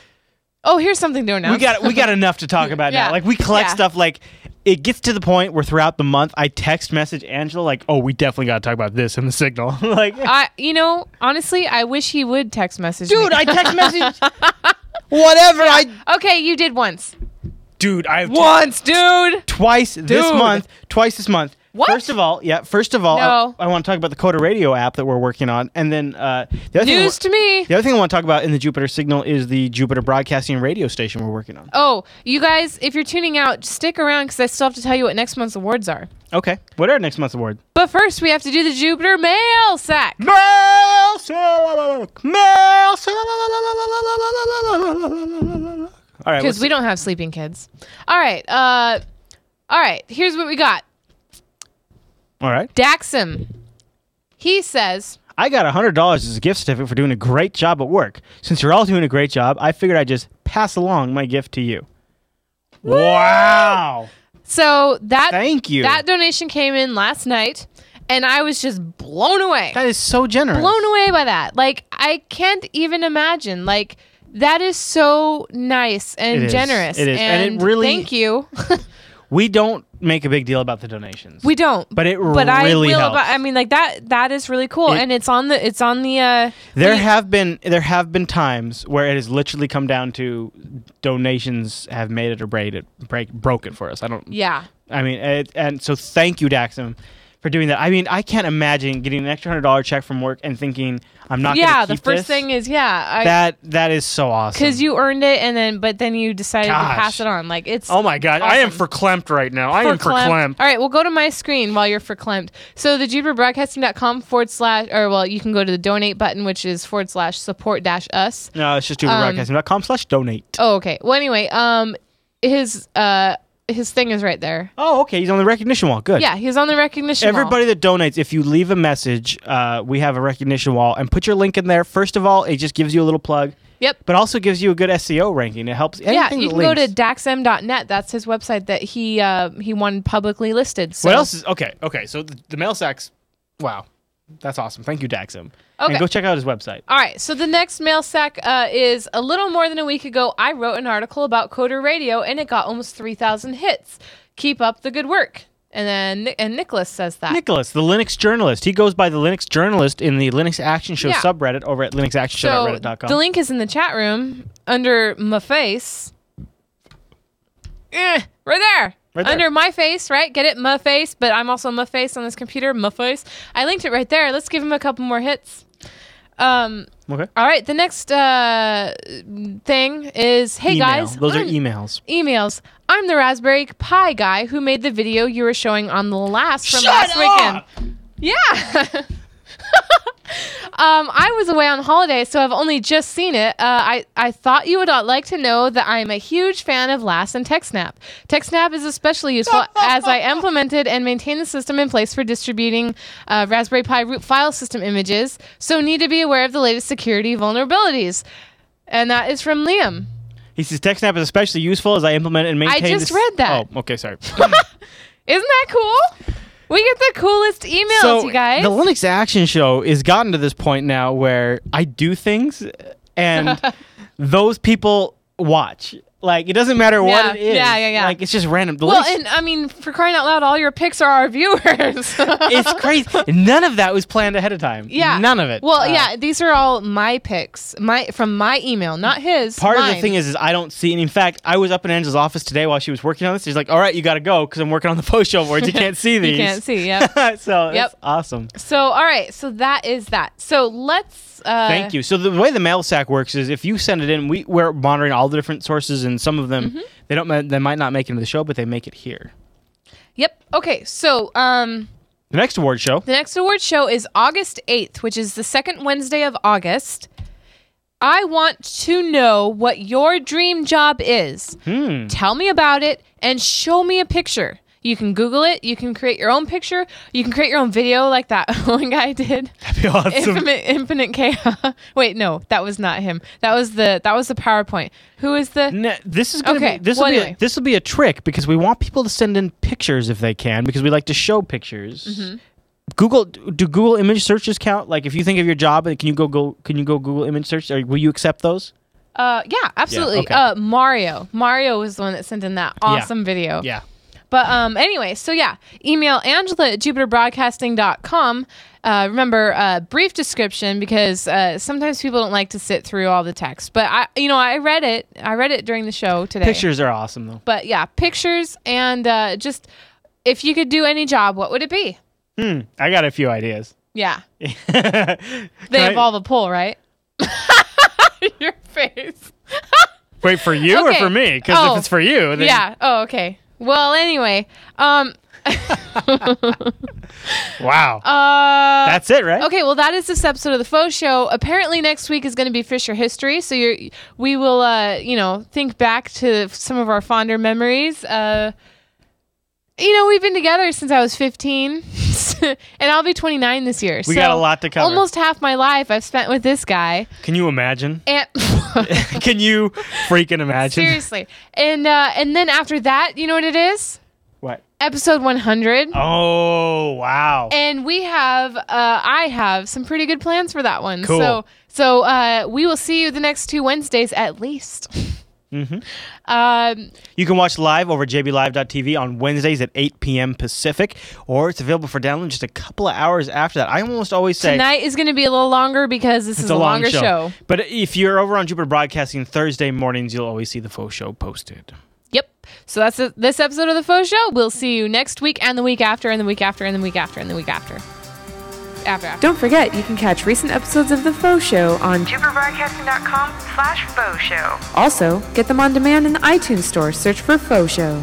Speaker 1: Oh, here's something to announce.
Speaker 2: we
Speaker 1: *laughs*
Speaker 2: got we got enough to talk about
Speaker 1: Yeah.
Speaker 2: now. Like we collect
Speaker 1: Yeah.
Speaker 2: stuff. Like it gets to the point where throughout the month, I text message Angela like, "Oh, we definitely got to talk about this in the signal." *laughs* like,
Speaker 1: I, you know, honestly, I wish he would text message.
Speaker 2: dude,
Speaker 1: me. *laughs*
Speaker 2: I text message whatever I.
Speaker 1: okay, you did once,
Speaker 2: Dude, I've
Speaker 1: once, dude.
Speaker 2: twice this
Speaker 1: Dude.
Speaker 2: month. Twice this month.
Speaker 1: What?
Speaker 2: First of all, yeah. First of all,
Speaker 1: No.
Speaker 2: I, want to talk about the Coda Radio app that we're working on, and then uh, the other thing.
Speaker 1: News to me.
Speaker 2: the other thing I want to talk about in the Jupiter signal is the Jupiter Broadcasting radio station we're working on.
Speaker 1: Oh, you guys, if you're tuning out, stick around because I still have to tell you what next month's awards are.
Speaker 2: Okay, what are our next month's award?
Speaker 1: But first, we have to do the Jupiter mail sack.
Speaker 2: Mail sack. Mail sack. All right.
Speaker 1: Because
Speaker 2: what's-
Speaker 1: we don't have sleeping kids. All right. Uh, all right. Here's what we got
Speaker 2: All right.
Speaker 1: Daxum. He says,
Speaker 2: I got $100 as a gift certificate for doing a great job at work. Since you're all doing a great job, I figured I'd just pass along my gift to you. Wow.
Speaker 1: so that
Speaker 2: Thank you.
Speaker 1: that donation came in last night, and I was just blown away.
Speaker 2: That is so generous.
Speaker 1: blown away by that. Like I can't even imagine. Like that is so nice and
Speaker 2: It is.
Speaker 1: generous.
Speaker 2: It is. And
Speaker 1: And,
Speaker 2: it really-
Speaker 1: thank you. *laughs*
Speaker 2: We don't make a big deal about the donations.
Speaker 1: we don't.
Speaker 2: But it
Speaker 1: but I
Speaker 2: really
Speaker 1: will
Speaker 2: helps.
Speaker 1: about- I mean like that that is really cool.
Speaker 2: It-
Speaker 1: and it's on the it's on the uh
Speaker 2: There
Speaker 1: we-
Speaker 2: have been there have been times where it has literally come down to donations have made it or break it, break broke it for us. I don't
Speaker 1: Yeah.
Speaker 2: I mean, it, and so thank you, Daxum, for doing that. I mean, I can't imagine getting an extra hundred dollar check from work and thinking I'm not.
Speaker 1: Yeah,
Speaker 2: gonna
Speaker 1: the
Speaker 2: keep
Speaker 1: first
Speaker 2: this.
Speaker 1: thing is yeah, I
Speaker 2: that that is so awesome.
Speaker 1: because you earned it and then but then you decided
Speaker 2: Gosh.
Speaker 1: to pass it on. Like it's
Speaker 2: Oh my god, I am
Speaker 1: awesome.
Speaker 2: verklempt right now. I am verklempt.
Speaker 1: All right, well, go to my screen while you're verklempt. So the jupiterbroadcasting.com forward slash, or well, you can go to the donate button, which is forward slash support dash us.
Speaker 2: No, it's just
Speaker 1: Um,
Speaker 2: jupiterbroadcasting.com slash donate.
Speaker 1: Oh, okay. Well, anyway, um, his uh, his thing is right there.
Speaker 2: Oh, okay. He's on the recognition wall. Good.
Speaker 1: Yeah, he's on the recognition. wall.
Speaker 2: Everybody that donates, if you leave a message, uh, we have a recognition wall and put your link in there. First of all, it just gives you a little plug,
Speaker 1: Yep.
Speaker 2: but also gives you a good SEO ranking. It helps.
Speaker 1: Yeah,
Speaker 2: anything
Speaker 1: you
Speaker 2: that
Speaker 1: can go to
Speaker 2: links.
Speaker 1: daxm.net. That's his website that he uh, he wanted publicly listed. So.
Speaker 2: What else is okay? Okay, so the, the mail sacks. Wow, that's awesome. Thank you, Daxum.
Speaker 1: Okay.
Speaker 2: And go check out his website.
Speaker 1: All right, so the next mail sack uh, is a little more than a week ago. I wrote an article about Coder Radio, and it got almost three thousand hits. Keep up the good work. And then and Nicholas says that.
Speaker 2: Nicholas, the Linux journalist. He goes by the Linux journalist in the Linux Action Show
Speaker 1: Yeah.
Speaker 2: subreddit over at
Speaker 1: so
Speaker 2: linuxactionshow.reddit.com.
Speaker 1: the link is in the chat room under my face. Eh, right there.
Speaker 2: Right there.
Speaker 1: Under my face, right? Get it? My face, but I'm also my face on this computer. My face. I linked it right there. Let's give him a couple more hits. Um,
Speaker 2: Okay.
Speaker 1: all right, the next uh, thing is, hey
Speaker 2: Email.
Speaker 1: guys, Mm.
Speaker 2: Those are
Speaker 1: I'm-
Speaker 2: emails.
Speaker 1: emails. I'm the Raspberry Pi guy who made the video you were showing on the last from last weekend. Yeah. *laughs* um, I was away on holiday, so I've only just seen it. Uh, I, I thought you would like to know that I'm a huge fan of LAS and TechSnap. TechSnap is especially useful as I implemented and maintained the system in place for distributing uh, Raspberry Pi root file system images, so need to be aware of the latest security vulnerabilities. And that is from Liam.
Speaker 2: He says TechSnap is especially useful as I implement and maintain.
Speaker 1: just
Speaker 2: this-
Speaker 1: read that.
Speaker 2: Oh,
Speaker 1: *laughs*
Speaker 2: okay, sorry.
Speaker 1: Isn't that cool? We get the coolest emails,
Speaker 2: so
Speaker 1: you guys.
Speaker 2: the Linux Action Show has gotten to this point now where I do things,
Speaker 1: *laughs*
Speaker 2: and those people watch. Like it doesn't matter
Speaker 1: Yeah.
Speaker 2: what it is.
Speaker 1: Yeah, yeah, yeah.
Speaker 2: Like it's just random. The
Speaker 1: well,
Speaker 2: Linux-
Speaker 1: and I mean, for crying out loud, all your picks are our *laughs* viewers.
Speaker 2: it's crazy. None of that was planned ahead of time.
Speaker 1: *laughs* yeah,
Speaker 2: none of it.
Speaker 1: Well,
Speaker 2: Uh,
Speaker 1: yeah, these are all my picks, my from my email, not his.
Speaker 2: Part of
Speaker 1: mine.
Speaker 2: the thing is, is I don't see. And in fact, I was up in Angela's office today while she was working on this. She's like, "All right, you got to go because I'm working on the post
Speaker 1: *laughs*
Speaker 2: show boards. You can't see
Speaker 1: you
Speaker 2: these.
Speaker 1: can't see. Yep.
Speaker 2: *laughs* so
Speaker 1: Yep. Uh,
Speaker 2: that's awesome.
Speaker 1: so, all right, so that is that. So let's. Uh,
Speaker 2: Thank you. So the way the mail sack works is if you send it in, we we're monitoring all the different sources, and some of
Speaker 1: Mm-hmm.
Speaker 2: them they don't ma- they might not make it into the show, but they make it here.
Speaker 1: Yep. Okay. So, um.
Speaker 2: The next
Speaker 1: *laughs*
Speaker 2: award show.
Speaker 1: The next award show is August 8th, which is the second Wednesday of August. I want to know what your dream job is. Tell me about it and show me a picture. You can Google it. You can create your own picture. You can create your own video like that *laughs* one guy did.
Speaker 2: That'd be awesome.
Speaker 1: Infinite, infinite chaos. *laughs* Wait, no, that was not him. That was the that was the PowerPoint. Who is the?
Speaker 2: No, this is gonna
Speaker 1: Okay,
Speaker 2: be this
Speaker 1: well,
Speaker 2: will be
Speaker 1: anyway.
Speaker 2: a, this will be a trick because we want people to send in pictures if they can because we like to show pictures.
Speaker 1: Mm-hmm.
Speaker 2: Google do Google image searches count? Like if you think of your job, can you go go can you go Google image search? Or will you accept those?
Speaker 1: Uh, yeah, absolutely.
Speaker 2: okay.
Speaker 1: Uh, Mario. Mario was the one that sent in that awesome video.
Speaker 2: Yeah.
Speaker 1: But um, anyway, so yeah, email angela at jupiterbroadcasting.com. Uh, remember, uh, brief description because uh, sometimes people don't like to sit through all the text. But I, you know, I read it. I read it during the show today.
Speaker 2: Pictures are awesome though.
Speaker 1: But yeah, pictures and uh, just if you could do any job, what would it be?
Speaker 2: I got a few ideas. *laughs*
Speaker 1: Yeah, they
Speaker 2: Right.
Speaker 1: involve a pull, right? *laughs* Your face.
Speaker 2: Wait for you
Speaker 1: Okay.
Speaker 2: or for me? Because
Speaker 1: Oh.
Speaker 2: if it's for you, then
Speaker 1: Yeah. Oh, okay. Well, anyway, um,
Speaker 2: wow,
Speaker 1: uh,
Speaker 2: that's it, right?
Speaker 1: Okay, well, that is this episode of the Faux Show. Apparently, next week is going to be Fisher history, so you're, we will, uh, you know, think back to some of our fonder memories. Uh, you know, we've been together since I was 15, *laughs* and I'll be 29 this year. so
Speaker 2: We got a lot to cover.
Speaker 1: Almost half my life I've spent with this guy,
Speaker 2: Can you imagine? *laughs*
Speaker 1: and *laughs*
Speaker 2: Can you freaking imagine?
Speaker 1: seriously, and uh, and then after that, you know what it is?
Speaker 2: What?
Speaker 1: Episode 100.
Speaker 2: Oh wow!
Speaker 1: and we have uh, i have some pretty good plans for that one
Speaker 2: Cool.
Speaker 1: so so uh, we will see you the next two wednesdays at least
Speaker 2: Mm-hmm.
Speaker 1: *laughs* um,
Speaker 2: You can watch live over at jblive.tv on Wednesdays at 8 p.m. Pacific, or it's available for download just a couple of hours after that. I almost always say
Speaker 1: tonight is going to be a little longer because this is
Speaker 2: it's
Speaker 1: a,
Speaker 2: a long
Speaker 1: longer show.
Speaker 2: But if you're over on Jupiter Broadcasting Thursday mornings, you'll always see the faux show posted.
Speaker 1: yep so that's it this episode of the faux show we'll see you next week and the week after and the week after and the week after and the week after after after
Speaker 5: Don't forget, you can catch recent episodes of The Faux Show on.
Speaker 6: JupiterBroadcasting.com slash Faux Show.
Speaker 5: Also, get them on demand in the iTunes Store. Search for Faux Show.